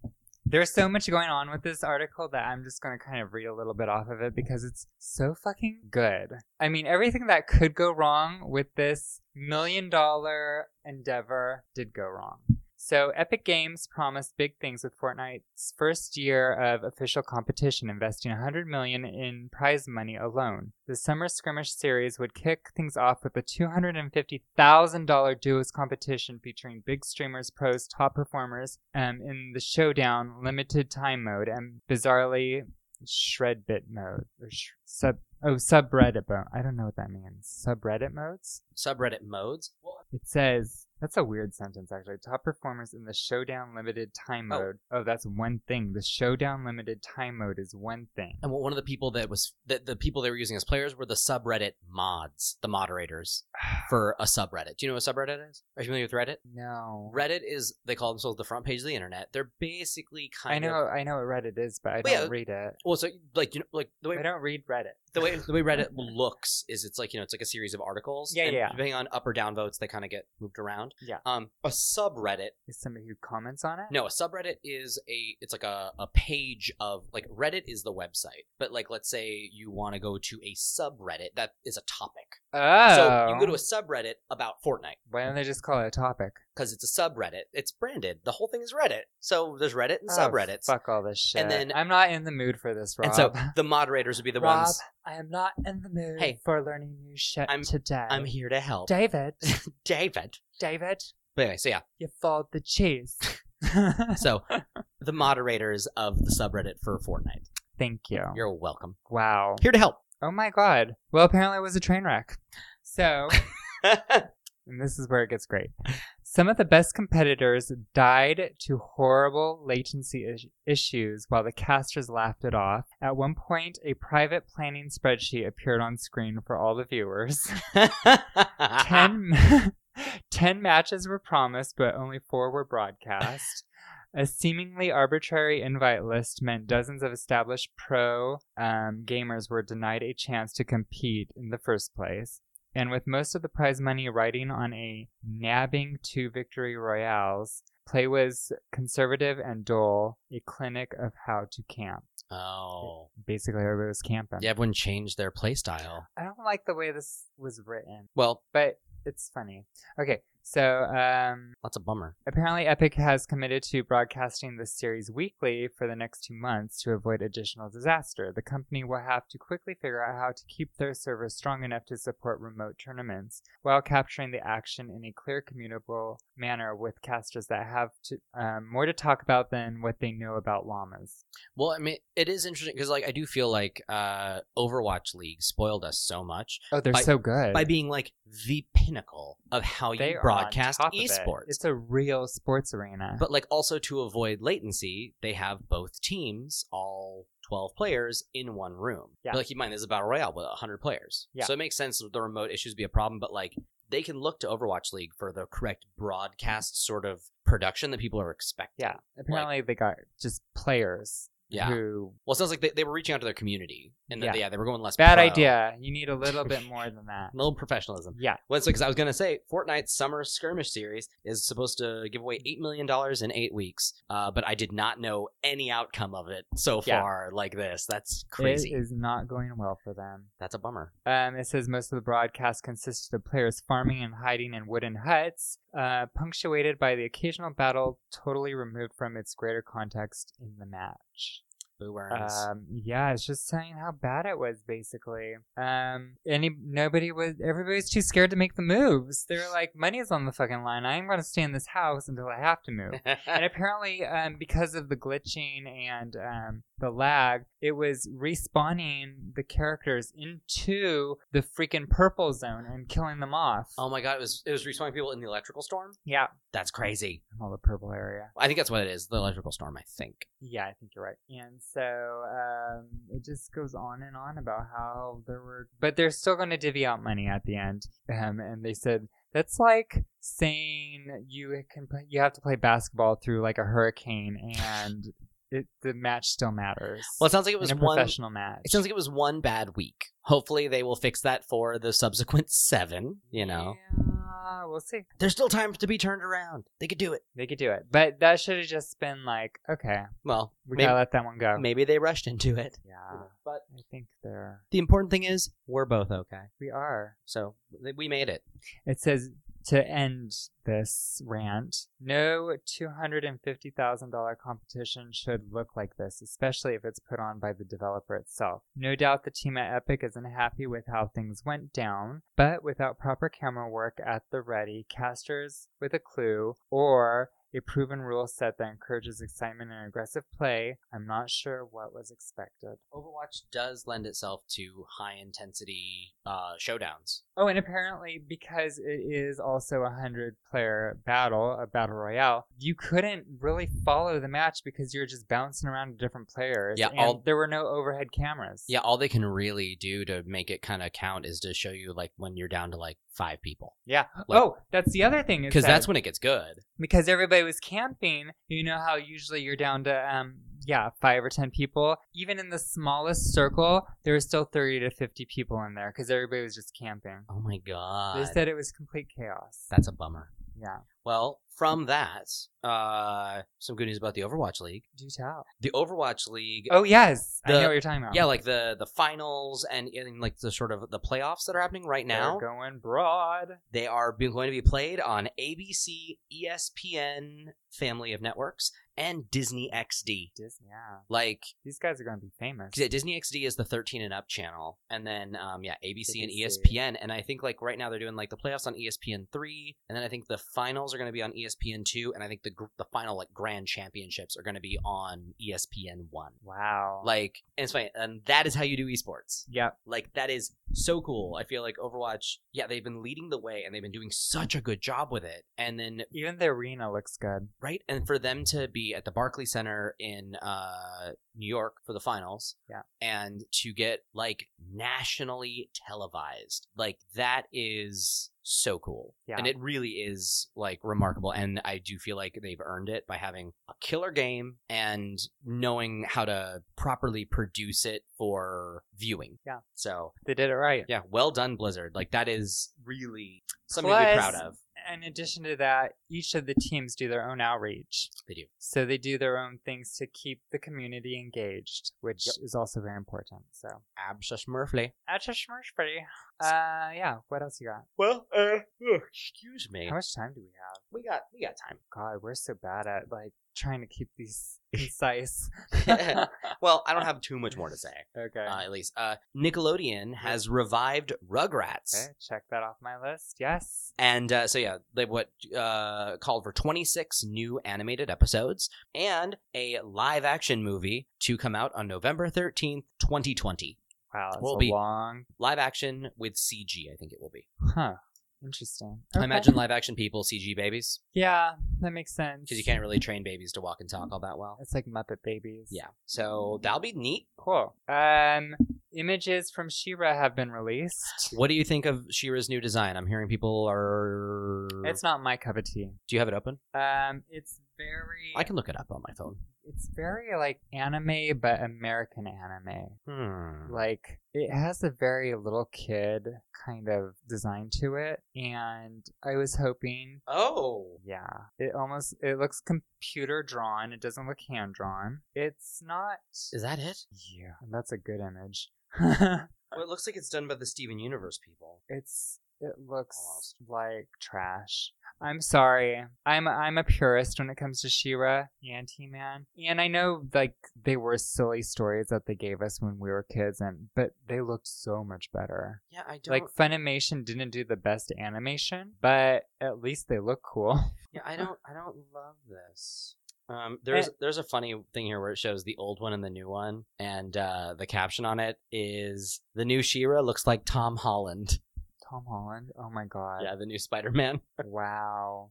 A: there's so much going on with this article that I'm just going to kind of read a little bit off of it because it's so fucking good. I mean, everything that could go wrong with this million dollar endeavor did go wrong. So, Epic Games promised big things with Fortnite's first year of official competition, investing 100 million in prize money alone. The Summer Skirmish series would kick things off with a $250,000 duos competition featuring big streamers, pros, top performers, um, in the showdown limited time mode and bizarrely shredbit mode or sh- sub oh subreddit mode. I don't know what that means. Subreddit modes.
B: Subreddit modes.
A: It says that's a weird sentence actually. Top performers in the showdown limited time
B: Oh.
A: mode. Oh, that's one thing. The showdown limited time mode is one thing.
B: And one of the people that was that the people they were using as players were the subreddit mods, the moderators for a subreddit. Do you know what a subreddit is? Are you familiar with Reddit?
A: No.
B: Reddit is they call themselves the front page of the internet. They're basically
A: I
B: kind of
A: know I know what Reddit is, but I
B: Well, yeah,
A: don't read it.
B: well, so like you know, like the way
A: I don't read Reddit.
B: the way the way Reddit looks is it's like you know it's like a series of articles.
A: Yeah,
B: and
A: yeah.
B: Depending on up or down votes, they kind of get moved around.
A: Yeah.
B: Um, a subreddit.
A: Is somebody who comments on it?
B: No, a subreddit is a it's like a, a page of like Reddit is the website, but like let's say you want to go to a subreddit that is a topic.
A: Oh.
B: So you can go to a subreddit about Fortnite
A: Why don't they just call it a topic?
B: because it's a subreddit. It's branded. The whole thing is Reddit. So there's Reddit and
A: Oh,
B: subreddits.
A: Fuck all this shit.
B: And then-
A: I'm not in the mood for this, Rob.
B: And so the moderators would be the
A: Rob,
B: ones
A: I am not in the mood
B: Hey.
A: for learning new shit
B: I'm-
A: today.
B: I'm here to help.
A: David,
B: David.
A: David,
B: But anyway, so yeah.
A: you fold the cheese.
B: So the moderators of the subreddit for Fortnite.
A: Thank you.
B: You're welcome.
A: wow.
B: Here to help.
A: Oh my god. Well, apparently it was a train wreck. So, and this is where it gets great. Some of the best competitors died to horrible latency is- issues while the casters laughed it off. At one point, a private planning spreadsheet appeared on screen for all the viewers. 10, ma- 10 matches were promised, but only four were broadcast. A seemingly arbitrary invite list meant dozens of established pro um, gamers were denied a chance to compete in the first place. And with most of the prize money riding on a nabbing two victory royales, play was conservative and dull, a clinic of how to camp.
B: oh.
A: Basically, everybody was camping.
B: Yeah, everyone changed their playstyle.
A: I don't like the way this was written,
B: Well,
A: but it's funny. Okay, so um,
B: that's a bummer.
A: Apparently, Epic has committed to broadcasting this series weekly for the next two months to avoid additional disaster. The company will have to quickly figure out how to keep their servers strong enough to support remote tournaments while capturing the action in a clear, commutable manner with casters that have to, um, more to talk about than what they know about llamas.
B: Well, I mean, it is interesting because, like, I do feel like uh, Overwatch League spoiled us so much
A: Oh, they're
B: By-
A: so good.
B: by being like the pinnacle of how you
A: they are on
B: broadcast
A: top of it.
B: esports.
A: It's a real sports arena.
B: But like also to avoid latency, they have both teams, all twelve players, in one room.
A: Yeah.
B: But like keep in mind, this is a battle royale with hundred players.
A: Yeah.
B: So it makes sense that the remote issues be a problem, but like they can look to Overwatch League for the correct broadcast sort of production that people are expecting.
A: yeah, apparently they got just players
B: Yeah.
A: who
B: Well, it sounds like they, they were reaching out to their community, and
A: Yeah.
B: that, yeah. they were going less.
A: Bad
B: pro.
A: idea. You need a little bit more than that.
B: A little professionalism.
A: Yeah.
B: Well, because I was gonna say Fortnite's summer skirmish series is supposed to give away eight million dollars in eight weeks, uh, but I did not know any outcome of it so
A: Yeah.
B: far. Like this, that's crazy.
A: It is not going well for them.
B: that's a bummer.
A: Um, it says most of the broadcast consisted of players farming and hiding in wooden huts, uh, punctuated by the occasional battle totally removed from its greater context in the match.
B: Boo earns.
A: Um, yeah, it's just saying how bad it was, basically. Um, any nobody was everybody's too scared to make the moves. They're like, money's on the fucking line. I am going to stay in this house until I have to move. and apparently, um, because of the glitching and um, the lag, it was respawning the characters into the freaking purple zone and killing them off.
B: oh my god, it was it was respawning people in the electrical storm.
A: Yeah,
B: That's crazy.
A: all the purple area.
B: I think that's what it is. The electrical storm. I think.
A: Yeah, I think you're right. And so um, it just goes on and on about how there were, but they're still going to divvy out money at the end. Um, and they said that's like saying you can play, you have to play basketball through like a hurricane and. It, the match still matters.
B: Well, it sounds like it
A: in
B: was
A: a
B: one.
A: professional match.
B: It sounds like it was one bad week. Hopefully, they will fix that for the subsequent seven. You know,
A: Yeah, we'll see.
B: there's still time to be turned around. They could do it.
A: They could do it, but that should have just been like, okay,
B: Well,
A: we
B: maybe,
A: gotta let that one go.
B: maybe they rushed into it.
A: Yeah,
B: But
A: I think they're
B: the important thing is we're both okay.
A: we are.
B: So th- we made it.
A: It says to end this rant, no $250,000 competition should look like this, especially if it's put on by the developer itself. No doubt the team at Epic isn't happy with how things went down, but without proper camera work at the ready, casters with a clue, or a proven rule set that encourages excitement and aggressive play, I'm not sure what was expected.
B: Overwatch does lend itself to high intensity uh, showdowns.
A: Oh, and apparently, because it is also a 100 player battle, a battle royale, you couldn't really follow the match because you're just bouncing around to different players.
B: Yeah,
A: and
B: all-
A: there were no overhead cameras.
B: Yeah, all they can really do to make it kind of count is to show you like when you're down to like five people,
A: Yeah.
B: Like-
A: oh, that's the other thing.
B: because that's when it gets good.
A: because everybody was camping, you know how usually you're down to um yeah, five or ten people. Even in the smallest circle, there was still thirty to fifty people in there because everybody was just camping.
B: Oh my
A: They
B: god,
A: said it was complete chaos.
B: that's a bummer.
A: yeah.
B: Well, from that, uh, some good news about the Overwatch League.
A: Do tell.
B: The Overwatch League,
A: Oh yes. I
B: The-
A: know what you're talking about.
B: yeah, like the the finals and, and like the sort of the playoffs that are happening right
A: They're
B: now.
A: going broad.
B: They are be- going to be played on ABC, ESPN family of networks, and Disney XD.
A: Disney, yeah.
B: Like
A: These guys are gonna be famous.
B: 'cause, yeah, Disney XD is the 13 and up channel, and then um, yeah, ABC and
A: ABC.
B: ESPN. And I think like right now they're doing like the playoffs on E ESPN three, and then I think the finals are going to be on E ESPN two, and I think the gr- the final like grand championships are going to be on E ESPN one.
A: Wow.
B: Like, and it's funny, and that is how you do esports.
A: Yep.
B: Like that is so cool. I feel like Overwatch, yeah, they've been leading the way and they've been doing such a good job with it. And then
A: Even the arena looks good.
B: right, and for them to be at the Barclay Center in uh New York for the finals.
A: Yeah.
B: And to get like nationally televised. Like that is so cool.
A: Yeah.
B: And it really is like remarkable. And I do feel like they've earned it by having a killer game and knowing how to properly produce it for viewing.
A: Yeah.
B: So
A: They did it right.
B: yeah, well done, Blizzard. Like that is really something to be
A: Plus-
B: proud of.
A: In addition to that, each of the teams do their own outreach.
B: They do.
A: So they do their own things to keep the community engaged, which
B: Yep.
A: is also very important. So
B: Abshash Murphy.
A: that's just merch pretty. Uh, yeah. What else you got?
B: Well, uh, excuse me.
A: How much time do we have?
B: We got we got time.
A: God, we're so bad at like trying to keep these concise.
B: well, I don't have too much more to say.
A: okay.
B: Uh, at least uh, Nickelodeon has revived Rugrats,
A: okay. Check that off my list. Yes.
B: and uh, so yeah, they what uh, called for 26 new animated episodes and a live action movie to come out on November 13th, 2020.
A: Wow, that's
B: Will
A: a
B: be-
A: long.
B: Live action with CG, I think it will be.
A: Huh. Interesting.
B: I
A: Okay.
B: imagine live action people CG babies
A: Yeah, that makes sense.
B: because you can't really train babies to walk and talk all that well.
A: It's like Muppet Babies.
B: Yeah, so that'll be neat.
A: Cool. Um, images from Shira have been released.
B: What do you think of Shira's new design? I'm hearing people are.
A: It's not my cup of tea.
B: Do you have it open?
A: Um, it's very.
B: I can look it up on my phone.
A: It's very like anime, but American anime.
B: Hmm.
A: Like it has a very little kid kind of design to it, and I was hoping.
B: Oh.
A: Yeah, it almost it looks computer drawn. It doesn't look hand drawn. It's not.
B: Is that it?
A: Yeah, that's a good image.
B: Well, it looks like it's done by the Steven Universe people.
A: It's it looks
B: Almost.
A: like trash. I'm sorry. I'm I'm a purist when it comes to Shira and He Man, and I know like they were silly stories that they gave us when we were kids, and but they looked so much better.
B: Yeah, I don't.
A: Like Funimation didn't do the best animation, but at least they look cool.
B: yeah, I don't. I don't love this. Um, there's there's a funny thing here where it shows the old one and the new one, and uh, the caption on it is the new Shira looks like Tom Holland.
A: Tom Holland. Oh my god.
B: Yeah, the new Spider Man.
A: Wow.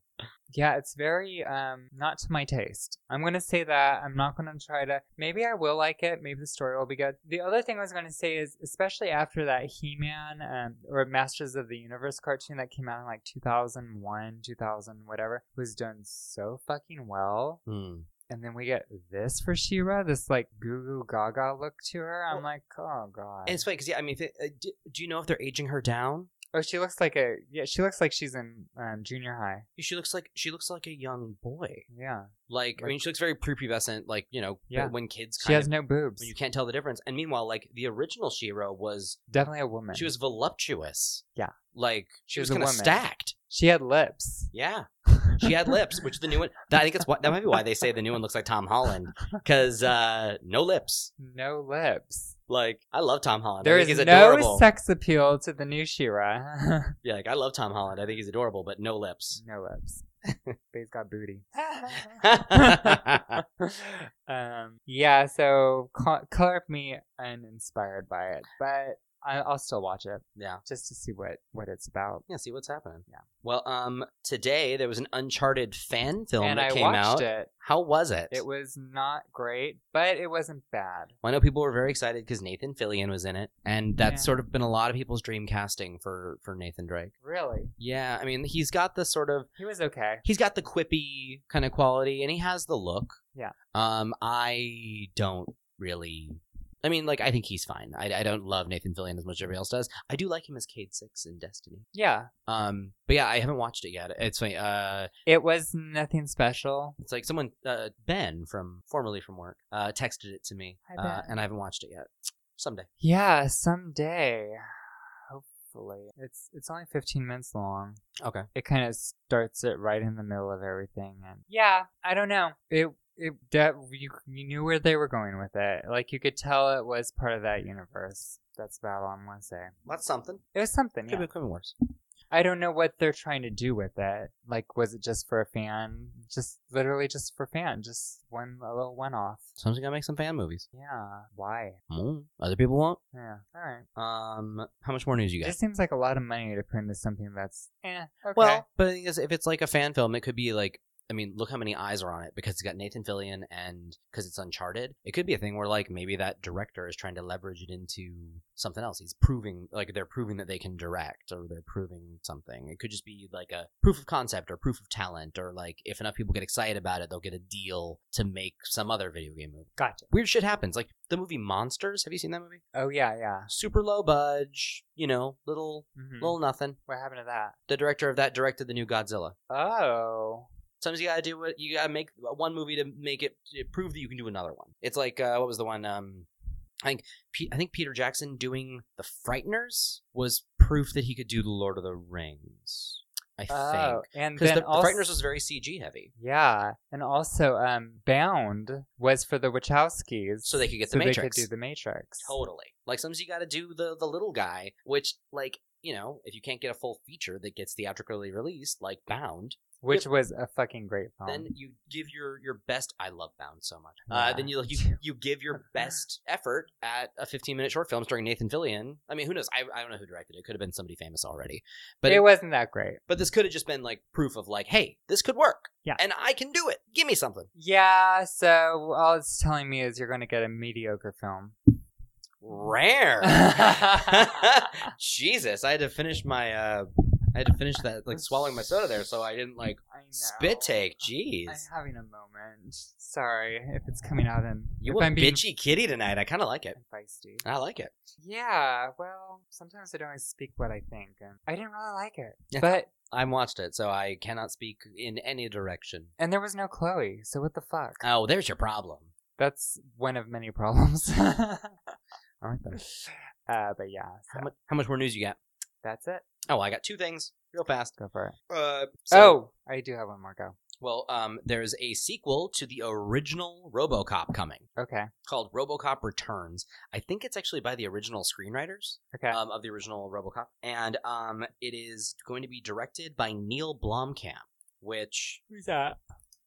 A: Yeah, it's very um not to my taste. I'm gonna say that. I'm not gonna try to maybe I will like it, maybe the story will be good. The other thing I was gonna say is especially after that He Man um or Masters of the Universe cartoon that came out in like two thousand one, two thousand whatever, was done so fucking well.
B: Hmm.
A: And then we get this for Shira, this like goo goo gaga look to her. I'm
B: Well-
A: like, oh god.
B: And it's funny because yeah, I mean, if it- uh, do, do you know if they're aging her down?
A: oh, she looks like a yeah, she looks like she's in um, junior high.
B: She looks like she looks like a young boy.
A: Yeah.
B: Like, I
A: Like-
B: mean, she looks very prepubescent. Like you know,
A: Yeah.
B: when kids
A: She
B: kind
A: has
B: of
A: no boobs.
B: when you can't tell the difference. And meanwhile, like the original Shiro was
A: Definitely a woman.
B: she was voluptuous.
A: Yeah.
B: Like she,
A: She
B: was,
A: was a
B: kind of
A: woman.
B: stacked.
A: She had lips.
B: Yeah, she had lips, which the new one. I think it's what that might be why they say the new one looks like Tom Holland because uh, no lips.
A: No lips.
B: Like I love Tom Holland.
A: There
B: I think
A: is
B: he's
A: no
B: adorable.
A: sex appeal to the new Shira.
B: yeah, like I love Tom Holland. I think he's adorable, but no lips.
A: no lips. but he's got booty. Mm.
B: I
A: um, yeah, so co- color me uninspired by it, but I- I'll still watch it.
B: Yeah.
A: just to see what what it's about.
B: yeah, see what's happening. Yeah. Well, um, today there was an Uncharted fan film
A: and
B: that
A: I
B: came
A: watched
B: out.
A: it.
B: How was it?
A: It was not great, but it wasn't bad.
B: Well, I know people were very excited because Nathan Fillion was in it, and that's
A: Yeah.
B: sort of been a lot of people's dream casting for for Nathan Drake.
A: Really,
B: Yeah, I mean, he's got the sort of
A: he was okay.
B: he's got the quippy kind of quality, and he has the look.
A: Yeah.
B: Um, I don't really. I mean, like, I think he's fine. I, I don't love Nathan Fillion as much as everybody else does. I do like him as Cade Six in Destiny.
A: Yeah,
B: Um, but yeah, I haven't watched it yet. It's funny. Uh,
A: it was nothing special.
B: it's like someone, uh, Ben from formerly from work, uh, texted it to me,
A: Hi,
B: uh,
A: Ben.
B: and I haven't watched it yet. Someday.
A: Yeah, someday, hopefully. It's it's only fifteen minutes long.
B: Okay.
A: It kind of starts it right in the middle of everything, and yeah, I don't know. It it that you you knew where they were going with it. Like you could tell it was part of that universe. That's about all I'm gonna say.
B: That's something.
A: It was something.
B: Could
A: Yeah.
B: be could be worse.
A: I don't know what they're trying to do with it. Like, was it just for a fan? Just literally just for fan? Just one a little one off?
B: Sometimes you gotta make some fan movies.
A: Yeah. Why?
B: Mm, Other people won't.
A: Yeah. All right.
B: Um, how much more news you
A: It
B: got?
A: just seems like a lot of money to put into something that's eh. Okay.
B: Well, but the thing is, if it's like a fan film, it could be like, I mean, look how many eyes are on it because it's got Nathan Fillion and because it's Uncharted. It could be a thing where like maybe that director is trying to leverage it into something else. He's proving like they're proving that they can direct or they're proving something. It could just be like a proof of concept or proof of talent or like if enough people get excited about it, they'll get a deal to make some other video game movie.
A: gotcha.
B: Weird shit happens. Like the movie Monsters. Have you seen that movie?
A: Oh yeah, yeah.
B: Super low budge, you know, little
A: Mhm.
B: little nothing.
A: what happened to that?
B: The director of that directed the new Godzilla.
A: Oh,
B: Sometimes you gotta do what you gotta make one movie to make it to prove that you can do another one. It's like uh, what was the one? Um, I think Pe- I think Peter Jackson doing the Frighteners was proof that he could do the Lord of the Rings. I
A: oh,
B: think
A: and
B: because
A: then
B: the, the
A: also,
B: Frighteners was very CG heavy,
A: yeah, and also, um, Bound was for the Wachowskis,
B: so they could get
A: so
B: the
A: they could
B: Matrix
A: do the Matrix.
B: totally. Like sometimes you gotta do the the little guy, which like you know if you can't get a full feature that gets theatrically released, like Bound,
A: which was a fucking great film.
B: then you give your your best i love bound so much
A: Um, Yeah.
B: uh, then you, like, you you give your best effort at a 15 minute short film starring nathan fillion i mean who knows i, I don't know who directed it it could have been somebody famous already but
A: it
B: it-
A: wasn't that great.
B: but this could have just been like proof of like hey this could work
A: Yeah.
B: and i can do it give me something
A: Yeah, so all it's telling me is you're going to get a mediocre film.
B: rare
A: I
B: jesus i had to finish my uh i had to finish that like swallowing my soda there so i didn't like
A: know.
B: spit take jeez
A: I'm having a moment. Sorry if it's coming out in
B: you
A: if
B: a
A: I'm being
B: bitchy kitty tonight i kind of like it
A: feisty.
B: i like it
A: Yeah, well, sometimes I don't always speak what I think, and I didn't really like it.
B: Yeah.
A: But
B: I watched it, so I cannot speak in any direction.
A: and there was no Chloe, so what the fuck?
B: Oh, there's your problem.
A: That's one of many problems. uh,
B: All right then.
A: but yeah,
B: How
A: so
B: much, how much more news you got?
A: that's it.
B: Oh, I got two things real fast.
A: Go for it.
B: Uh, so-
A: oh, I do have one more go.
B: well, um, there's a sequel to the original RoboCop coming
A: Okay,
B: called RoboCop Returns. I think it's actually by the original screenwriters
A: okay.
B: um, of the original RoboCop, and um, it is going to be directed by Neil Blomkamp, which
A: Who's that?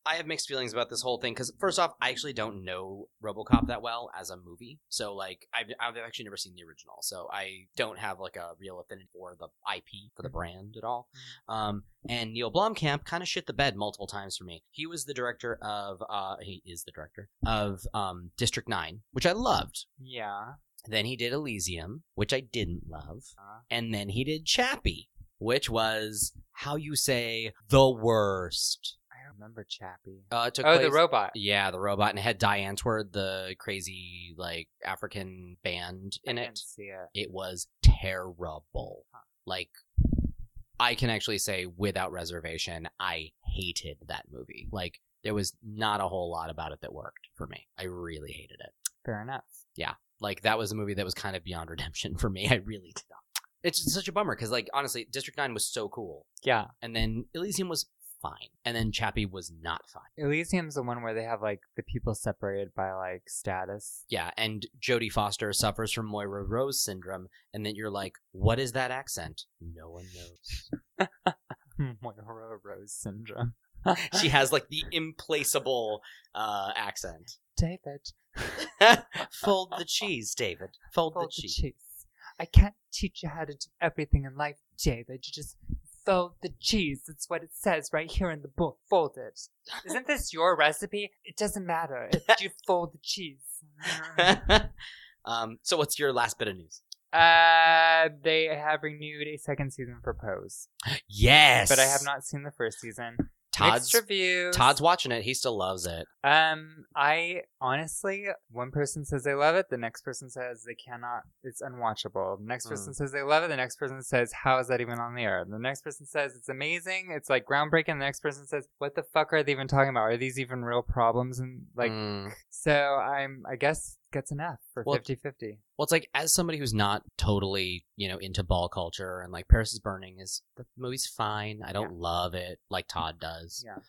B: I have mixed feelings about this whole thing because first off, I actually don't know RoboCop that well as a movie, so like I've, I've actually never seen the original, so I don't have like a real affinity for the IP for the
A: Mm-hmm.
B: brand at all. Um, and Neil Blomkamp kind of shit the bed multiple times for me. He was the director of uh, he is the director of um, District Nine, which I loved.
A: Yeah.
B: Then he did Elysium, which I didn't love,
A: Uh,
B: and then he did Chappie, which was how you say the worst.
A: I don't remember Chappie.
B: Uh, it took
A: Oh, the
B: place-
A: robot.
B: Yeah, the robot, and it had Diane Tward, the crazy like African band in
A: I
B: it.
A: didn't see it.
B: It was terrible. Like, I can actually say without reservation, I hated that movie. Like, there was not a whole lot about it that worked for me. I really hated it.
A: Fair enough.
B: Like, that was a movie that was kind of beyond redemption for me. I really did not. It's just such a bummer because, like, honestly, District Nine was so cool,
A: Yeah.
B: and then Elysium was fine, and then Chappie was not fine.
A: Elysium's the one where they have like the people separated by like status.
B: Yeah, and Jodie Foster suffers from Moira Rose syndrome, and then you're like, what is that accent? No one knows.
A: Moira Rose syndrome.
B: she has like the implaceable uh, accent.
A: David,
B: Fold the cheese, David. Fold,
A: fold
B: the
A: the
B: cheese.
A: cheese. I can't teach you how to do everything in life, David. You just fold the cheese. That's what it says right here in the book. Fold it. Isn't this your recipe? It doesn't matter. It's you fold the cheese.
B: um, so, what's your last bit of news?
A: uh, they have renewed a second season for Pose,
B: Yes,
A: but I have not seen the first season.
B: Todd's
A: Mixed reviews.
B: Todd's watching it. He still loves it.
A: Um, I honestly, one person says they love it, the next person says they cannot, it's unwatchable. The
B: Mm.
A: next person says they love it, the next person says, how is that even on the air? The next person says it's amazing, it's like groundbreaking. The next person says, what the fuck are they even talking about? Are these even real problems? And like,
B: Mm.
A: so I'm, I guess that's enough for
B: Well-
A: 50 50.
B: Well, it's like as somebody who's not totally, you know, into ball culture and like Paris is Burning is the movie's fine. I don't love it like Todd does.
A: Mm. Yeah.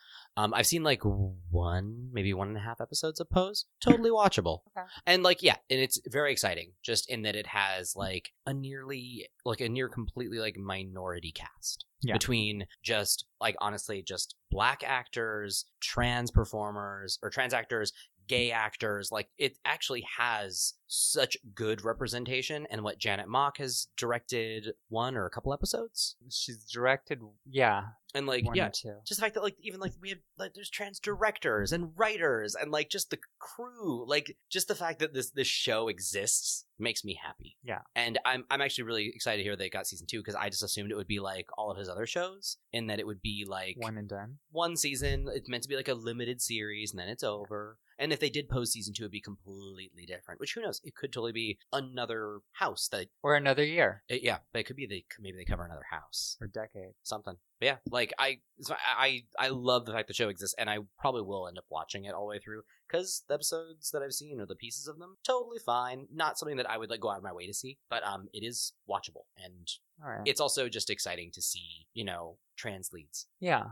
B: Um, I've seen like one, maybe one and a half episodes of Pose. Totally watchable.
A: Okay.
B: And like, yeah, and it's very exciting just in that it has like a nearly, like a near completely like minority cast
A: Yeah.
B: between just like honestly just black actors, trans performers or trans actors, gay actors. Like it actually has such good representation. And what Janet Mock has directed one or a couple episodes,
A: She's directed, yeah,
B: and like
A: one
B: yeah,
A: or two.
B: just the fact that like even like we have like there's trans directors and writers and like just the crew like just the fact that this this show exists makes me happy
A: Yeah.
B: and i'm i'm actually really excited to hear they got season two because i just assumed it would be like all of his other shows and that it would be like
A: One and done.
B: one season it's meant to be like a limited series and then it's over and if they did post season two it'd be completely different which who knows it could totally be another house that
A: Or another year.
B: it, yeah but it could be they maybe they cover another house
A: Or decade.
B: something. But yeah, like I, so I, I I love the fact the show exists, and I probably will end up watching it all the way through because the episodes that I've seen or the pieces of them totally fine. Not something that I would like go out of my way to see, but um, it is watchable, and
A: All right.
B: it's also just exciting to see you know trans leads.
A: yeah.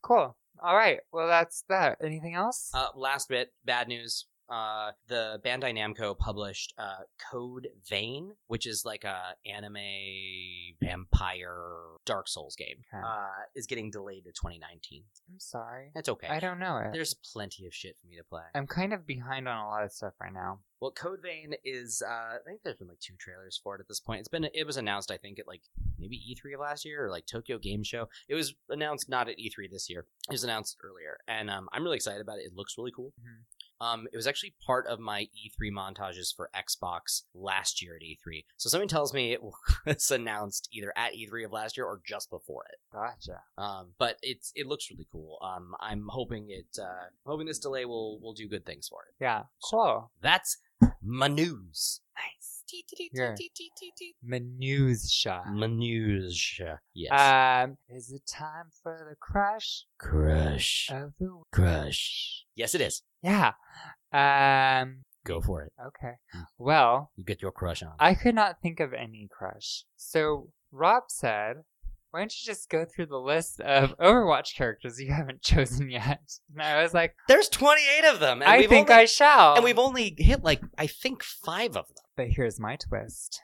A: Cool. All right. Well, that's that. Anything else?
B: Uh, last bit, bad news. Uh, the Bandai Namco published uh, Code Vein, which is like a anime vampire Dark Souls game,
A: Okay.
B: uh, is getting delayed to 2019.
A: I'm sorry.
B: That's okay.
A: I don't know it.
B: There's plenty of shit for me to play.
A: I'm kind of behind on a lot of stuff right now.
B: well, Code Vein is. Uh, I think there's been like two trailers for it at this point. It's been. It was announced, I think, at like maybe E3 of last year or like Tokyo Game Show. It was announced not at E3 this year. It was announced earlier, and um, I'm really excited about it. It looks really cool.
A: Mhm.
B: Um, it was actually part of my E3 montages for Xbox last year at E3. So something tells me it was announced either at E3 of last year or just before it.
A: Gotcha.
B: Um, but it's it looks really cool. Um, I'm hoping it uh, hoping this delay will will do good things for it.
A: Yeah. Cool.
B: That's my news. Nice.
A: Here. Manusha.
B: My news. Yes.
A: Um, is it time for the crush
B: crush.
A: of the week?
B: Crush. Yes, it is.
A: Yeah. Um.
B: Go for it.
A: Okay.
B: Mm.
A: Well,
B: You get your crush on.
A: I could not think of any crush. So Rob said, "Why don't you just go through the list of Overwatch characters you haven't chosen yet?" And I was like,
B: There's 28 of them. And
A: "I
B: we've
A: think
B: only,
A: I shall."
B: And we've only hit like I think five of them.
A: But here's my twist.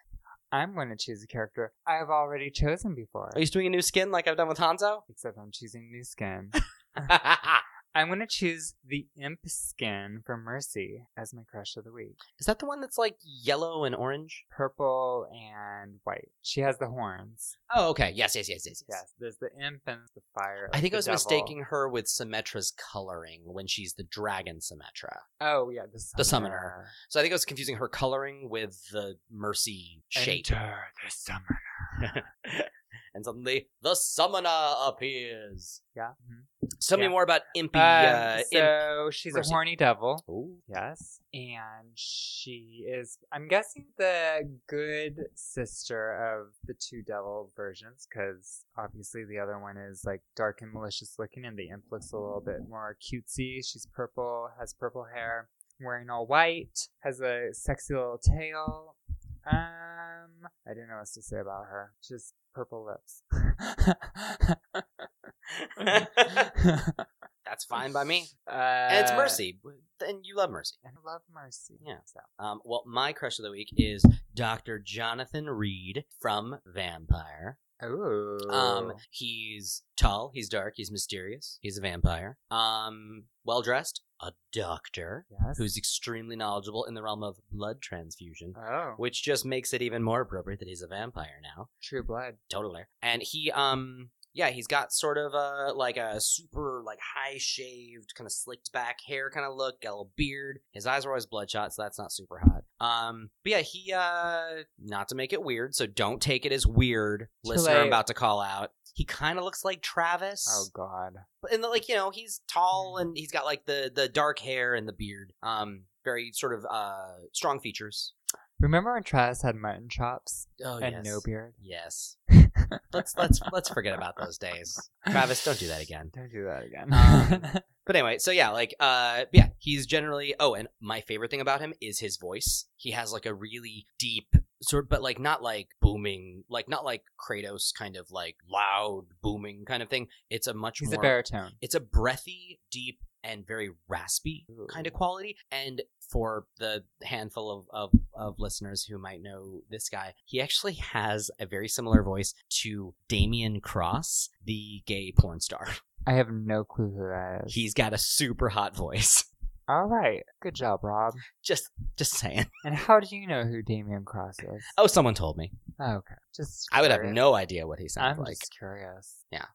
A: I'm going to choose a character I've already chosen before.
B: Are you doing a new skin like I've done with Hanzo?
A: Except I'm choosing new skin. I'm going to choose the imp skin from Mercy as my crush of the week.
B: is that the one that's like yellow and orange?
A: Purple and white. She has the horns.
B: Oh, okay. Yes, yes, yes, yes, yes.
A: Yes, there's the imp and the fire.
B: I
A: like
B: think
A: the
B: I was
A: devil.
B: mistaking her with Symmetra's coloring when she's the dragon Symmetra.
A: Oh, yeah, the summoner.
B: The summoner. So I think I was confusing her coloring with the Mercy shape.
A: Enter the summoner.
B: and suddenly, the summoner appears.
A: Yeah. mhm.
B: Tell me
A: Yeah.
B: more about Impy.
A: Um,
B: uh, Imp.
A: so she's
B: Mercy.
A: a horny devil.
B: Ooh.
A: Yes. And she is, I'm guessing, the good sister of the two devil versions, because obviously the other one is like dark and malicious looking, and the imp looks a little bit more cutesy. She's purple, has purple hair, wearing all white, has a sexy little tail. Um, I didn't know what to say about her. Just purple lips.
B: That's fine by me.
A: Uh,
B: And it's Mercy, and you love Mercy.
A: I love Mercy.
B: Yeah.
A: So.
B: Um, well, my crush of the week is Dr. Jonathan Reed from Vampire.
A: Ooh.
B: Um, he's tall, he's dark, he's mysterious, he's a vampire. Um, well dressed, a doctor
A: yes.
B: who's extremely knowledgeable in the realm of blood transfusion,
A: oh
B: which just makes it even more appropriate that he's a vampire now.
A: True Blood?
B: Totally. And he, um, yeah, he's got sort of a like a super like high shaved, kind of slicked back hair kind of look, got a little beard. His eyes are always bloodshot, so that's not super hot. Um, but yeah, he, uh, not to make it weird, so don't take it as weird. Listener, I'm
A: Too late.
B: about to call out. He kind of looks like Travis,
A: Oh Mm-hmm. God.
B: But- and like you know, he's tall and he's got like the the dark hair and the beard. Um, very sort of uh strong features.
A: Remember when Travis had mutton chops
B: Oh
A: and no beard?
B: Yes. let's let's let's forget about those days. Travis, don't do that again.
A: Don't do that again.
B: Um, But anyway, so yeah, like uh yeah, he's generally oh, and my favorite thing about him is his voice. He has like a really deep sort but like not like booming, like not like Kratos kind of like loud booming kind of thing. It's a much
A: He's
B: more
A: a baritone.
B: it's a breathy, deep, and very raspy
A: Ooh.
B: kind of quality. And for the handful of, of, of listeners who might know this guy, he actually has a very similar voice to Damien Cross, the gay porn star.
A: I have no clue who that is.
B: He's got a super hot voice.
A: All right. Good job, Rob.
B: Just just saying.
A: And how do you know who Damien Cross is?
B: Oh, someone told me.
A: Okay. Just
B: I would have
A: curious.
B: no idea what he sounds
A: I'm
B: like.
A: just curious.
B: Yeah,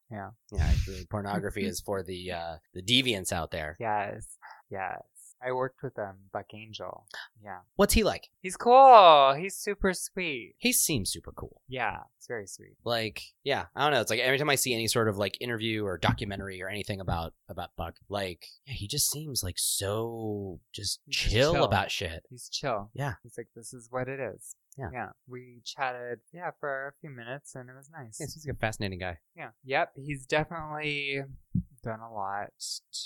B: the pornography is for the uh, the deviants out there.
A: Yes. Yes. I worked with um Buck Angel. Yeah.
B: What's he like?
A: He's cool. He's super sweet.
B: He seems super cool.
A: Yeah. It's very sweet.
B: like yeah i don't know it's like every time i see any sort of like interview or documentary or anything about about buck like yeah, he just seems like so just
A: He's just
B: chill,
A: chill.
B: about shit
A: He's chill.
B: Yeah.
A: He's like, this is what it is.
B: Yeah.
A: Yeah. We chatted, yeah, for a few minutes and it was nice.
B: yeah, he's a fascinating guy
A: Yeah. Yep. He's definitely done a lot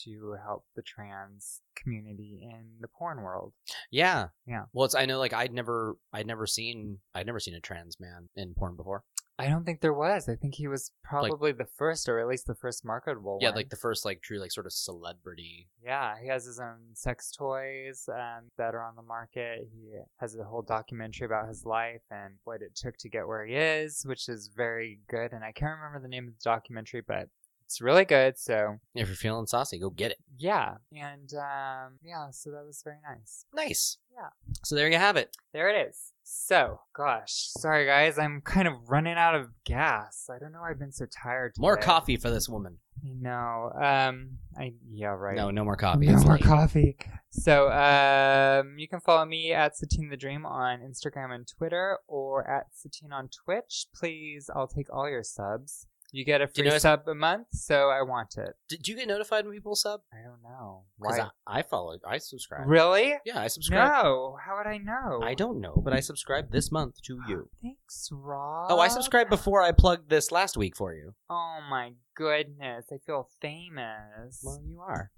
A: to help the trans community in the porn world.
B: yeah
A: Yeah.
B: well it's i know like i'd never i'd never seen i'd never seen a trans man in porn before
A: I don't think there was. I think he was probably the first, or at least the first marketable
B: yeah
A: one.
B: like the first like true like sort of celebrity
A: yeah, he has his own sex toys um, that are on the market. He has a whole documentary about his life and what it took to get where he is, which is very good. And I can't remember the name of the documentary, but it's really good. So
B: if you're feeling saucy go get it
A: yeah, and um, yeah, so that was very nice.
B: nice
A: Yeah.
B: so there you have it
A: There it is. So, gosh, sorry guys, I'm kind of running out of gas. I don't know. why I've been so tired. Today.
B: more coffee for this woman
A: No. Um. I yeah right.
B: no no more coffee
A: No
B: It's
A: more
B: late.
A: coffee. So, um, you can follow me at Satine the Dream on Instagram and Twitter, or at Satine on Twitch. Please, I'll take all your subs. You get a
B: you
A: free
B: notice-
A: sub a month, so I want it.
B: did you get notified when people sub
A: I don't know.
B: 'Cause
A: Why?
B: I, I followed i subscribed
A: Really?
B: yeah i subscribed
A: No. How would I know?
B: I don't know, but I subscribed this month to you.
A: Thanks, Rob.
B: Oh, I subscribed before I plugged this last week for you.
A: Oh my goodness, I feel famous.
B: Well, you are.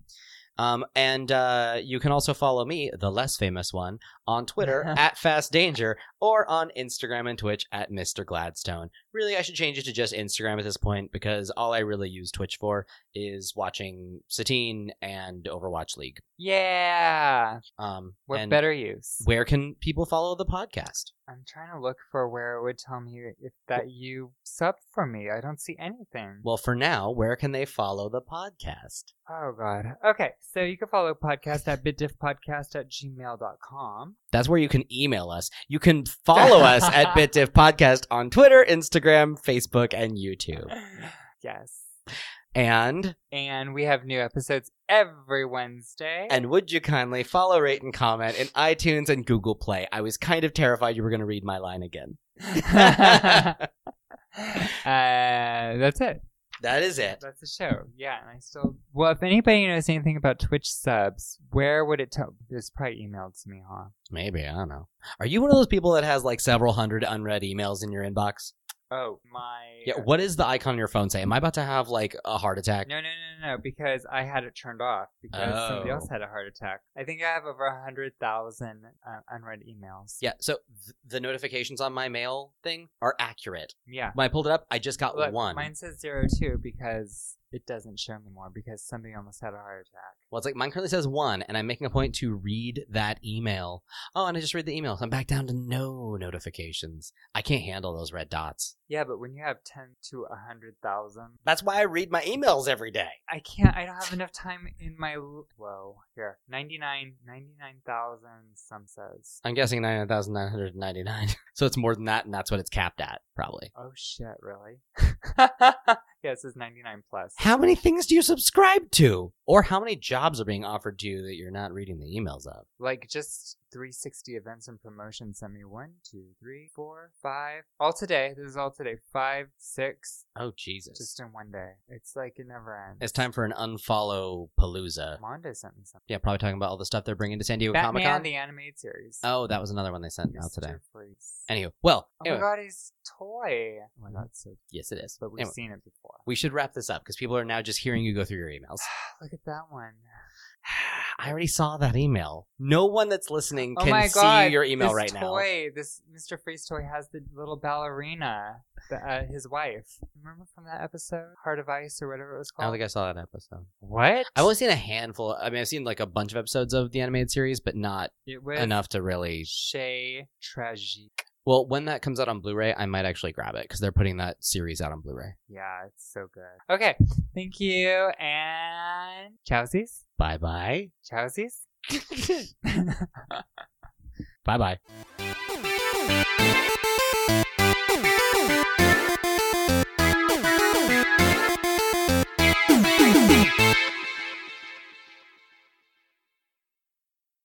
B: Um, and uh, you can also follow me, the less famous one, on Twitter at Fast Danger or on Instagram and Twitch at Mr. Gladstone. Really, I should change it to just Instagram at this point because all I really use Twitch for is watching Satine and Overwatch League.
A: Yeah.
B: Um,
A: What
B: and
A: better use?
B: Where can people follow the podcast?
A: I'm trying to look for where it would tell me if that you subbed for me. I don't see anything.
B: Well, for now, where can they follow the podcast?
A: oh god. Okay, so you can follow podcast at bitdiffpodcast at gmail.com.
B: That's where you can email us. You can follow us at BitDiff Podcast on Twitter, Instagram, Facebook, and YouTube.
A: yes.
B: And
A: And we have new episodes every Wednesday.
B: and would you kindly follow, rate, and comment in iTunes and Google Play? I was kind of terrified you were going to read my line again.
A: uh, that's it.
B: That is it.
A: That's the show. Yeah, and I still. Well, if anybody knows anything about Twitch subs, where would it tell? It's probably emailed to me, huh?
B: Maybe I don't know. Are you one of those people that has like several hundred unread emails in your inbox?
A: Oh my.
B: Yeah, what does the icon on your phone say? Am I about to have like a heart attack?
A: No, no, no, no, no, because I had it turned off because somebody
B: Oh.
A: else had a heart attack. I think I have over a 100,000 uh, unread emails.
B: Yeah, so th- the notifications on my mail thing are accurate.
A: Yeah.
B: When I pulled it up, I just got
A: Look,
B: one.
A: Mine says zero two because it doesn't show me more because somebody almost had a heart attack.
B: Well, it's like mine currently says one, and I'm making a point to read that email. Oh, and I just read the email. So I'm back down to no notifications. I can't handle those red dots.
A: Yeah, but when you have 10 to a 100,000,
B: That's why I read my emails every day.
A: I can't, I don't have enough time in my. l- Whoa, here. 99, 99,000, some says.
B: I'm guessing 99,999. so it's more than that, and that's what it's capped at, probably.
A: Oh shit, really? yeah, it says 99 plus.
B: How many things do you subscribe to? Or how many jobs are being offered to you that you're not reading the emails of?
A: like just 360 events and promotions sent me one two three four five all today this is all today five six
B: Oh, Jesus.
A: just in one day it's like it never ends
B: It's time for an unfollow palooza.
A: mondo sent me something
B: Yeah, probably talking about all the stuff they're bringing to San Diego Comic
A: batman
B: Con.
A: the animated series
B: oh, that was another one they sent out today.
A: Mr. Freeze.
B: Anywho, well,
A: oh
B: anyway, Mm-hmm.
A: my god he's toy oh my god so
B: yes, it is.
A: but we've
B: Anyway,
A: seen it before
B: we should wrap this up because people are now just hearing you go through your emails.
A: look at that one
B: I already saw that email. No one that's listening
A: oh
B: can
A: my god
B: see your email
A: this
B: right now.
A: toy this mr freeze toy has the little ballerina the, uh, his wife remember from that episode heart of ice or whatever it was
B: I
A: called
B: don't think I saw that episode.
A: what
B: I've only seen a handful. I mean, I've seen like a bunch of episodes of the animated series, but not
A: It was
B: enough to really.
A: Chez Tragique.
B: Well, when that comes out on Blu-ray, I might actually grab it because they're putting that series out on Blu-ray.
A: Yeah, it's so good. Okay, thank you and chowsies,
B: Bye bye.
A: chowsies.
B: Bye bye.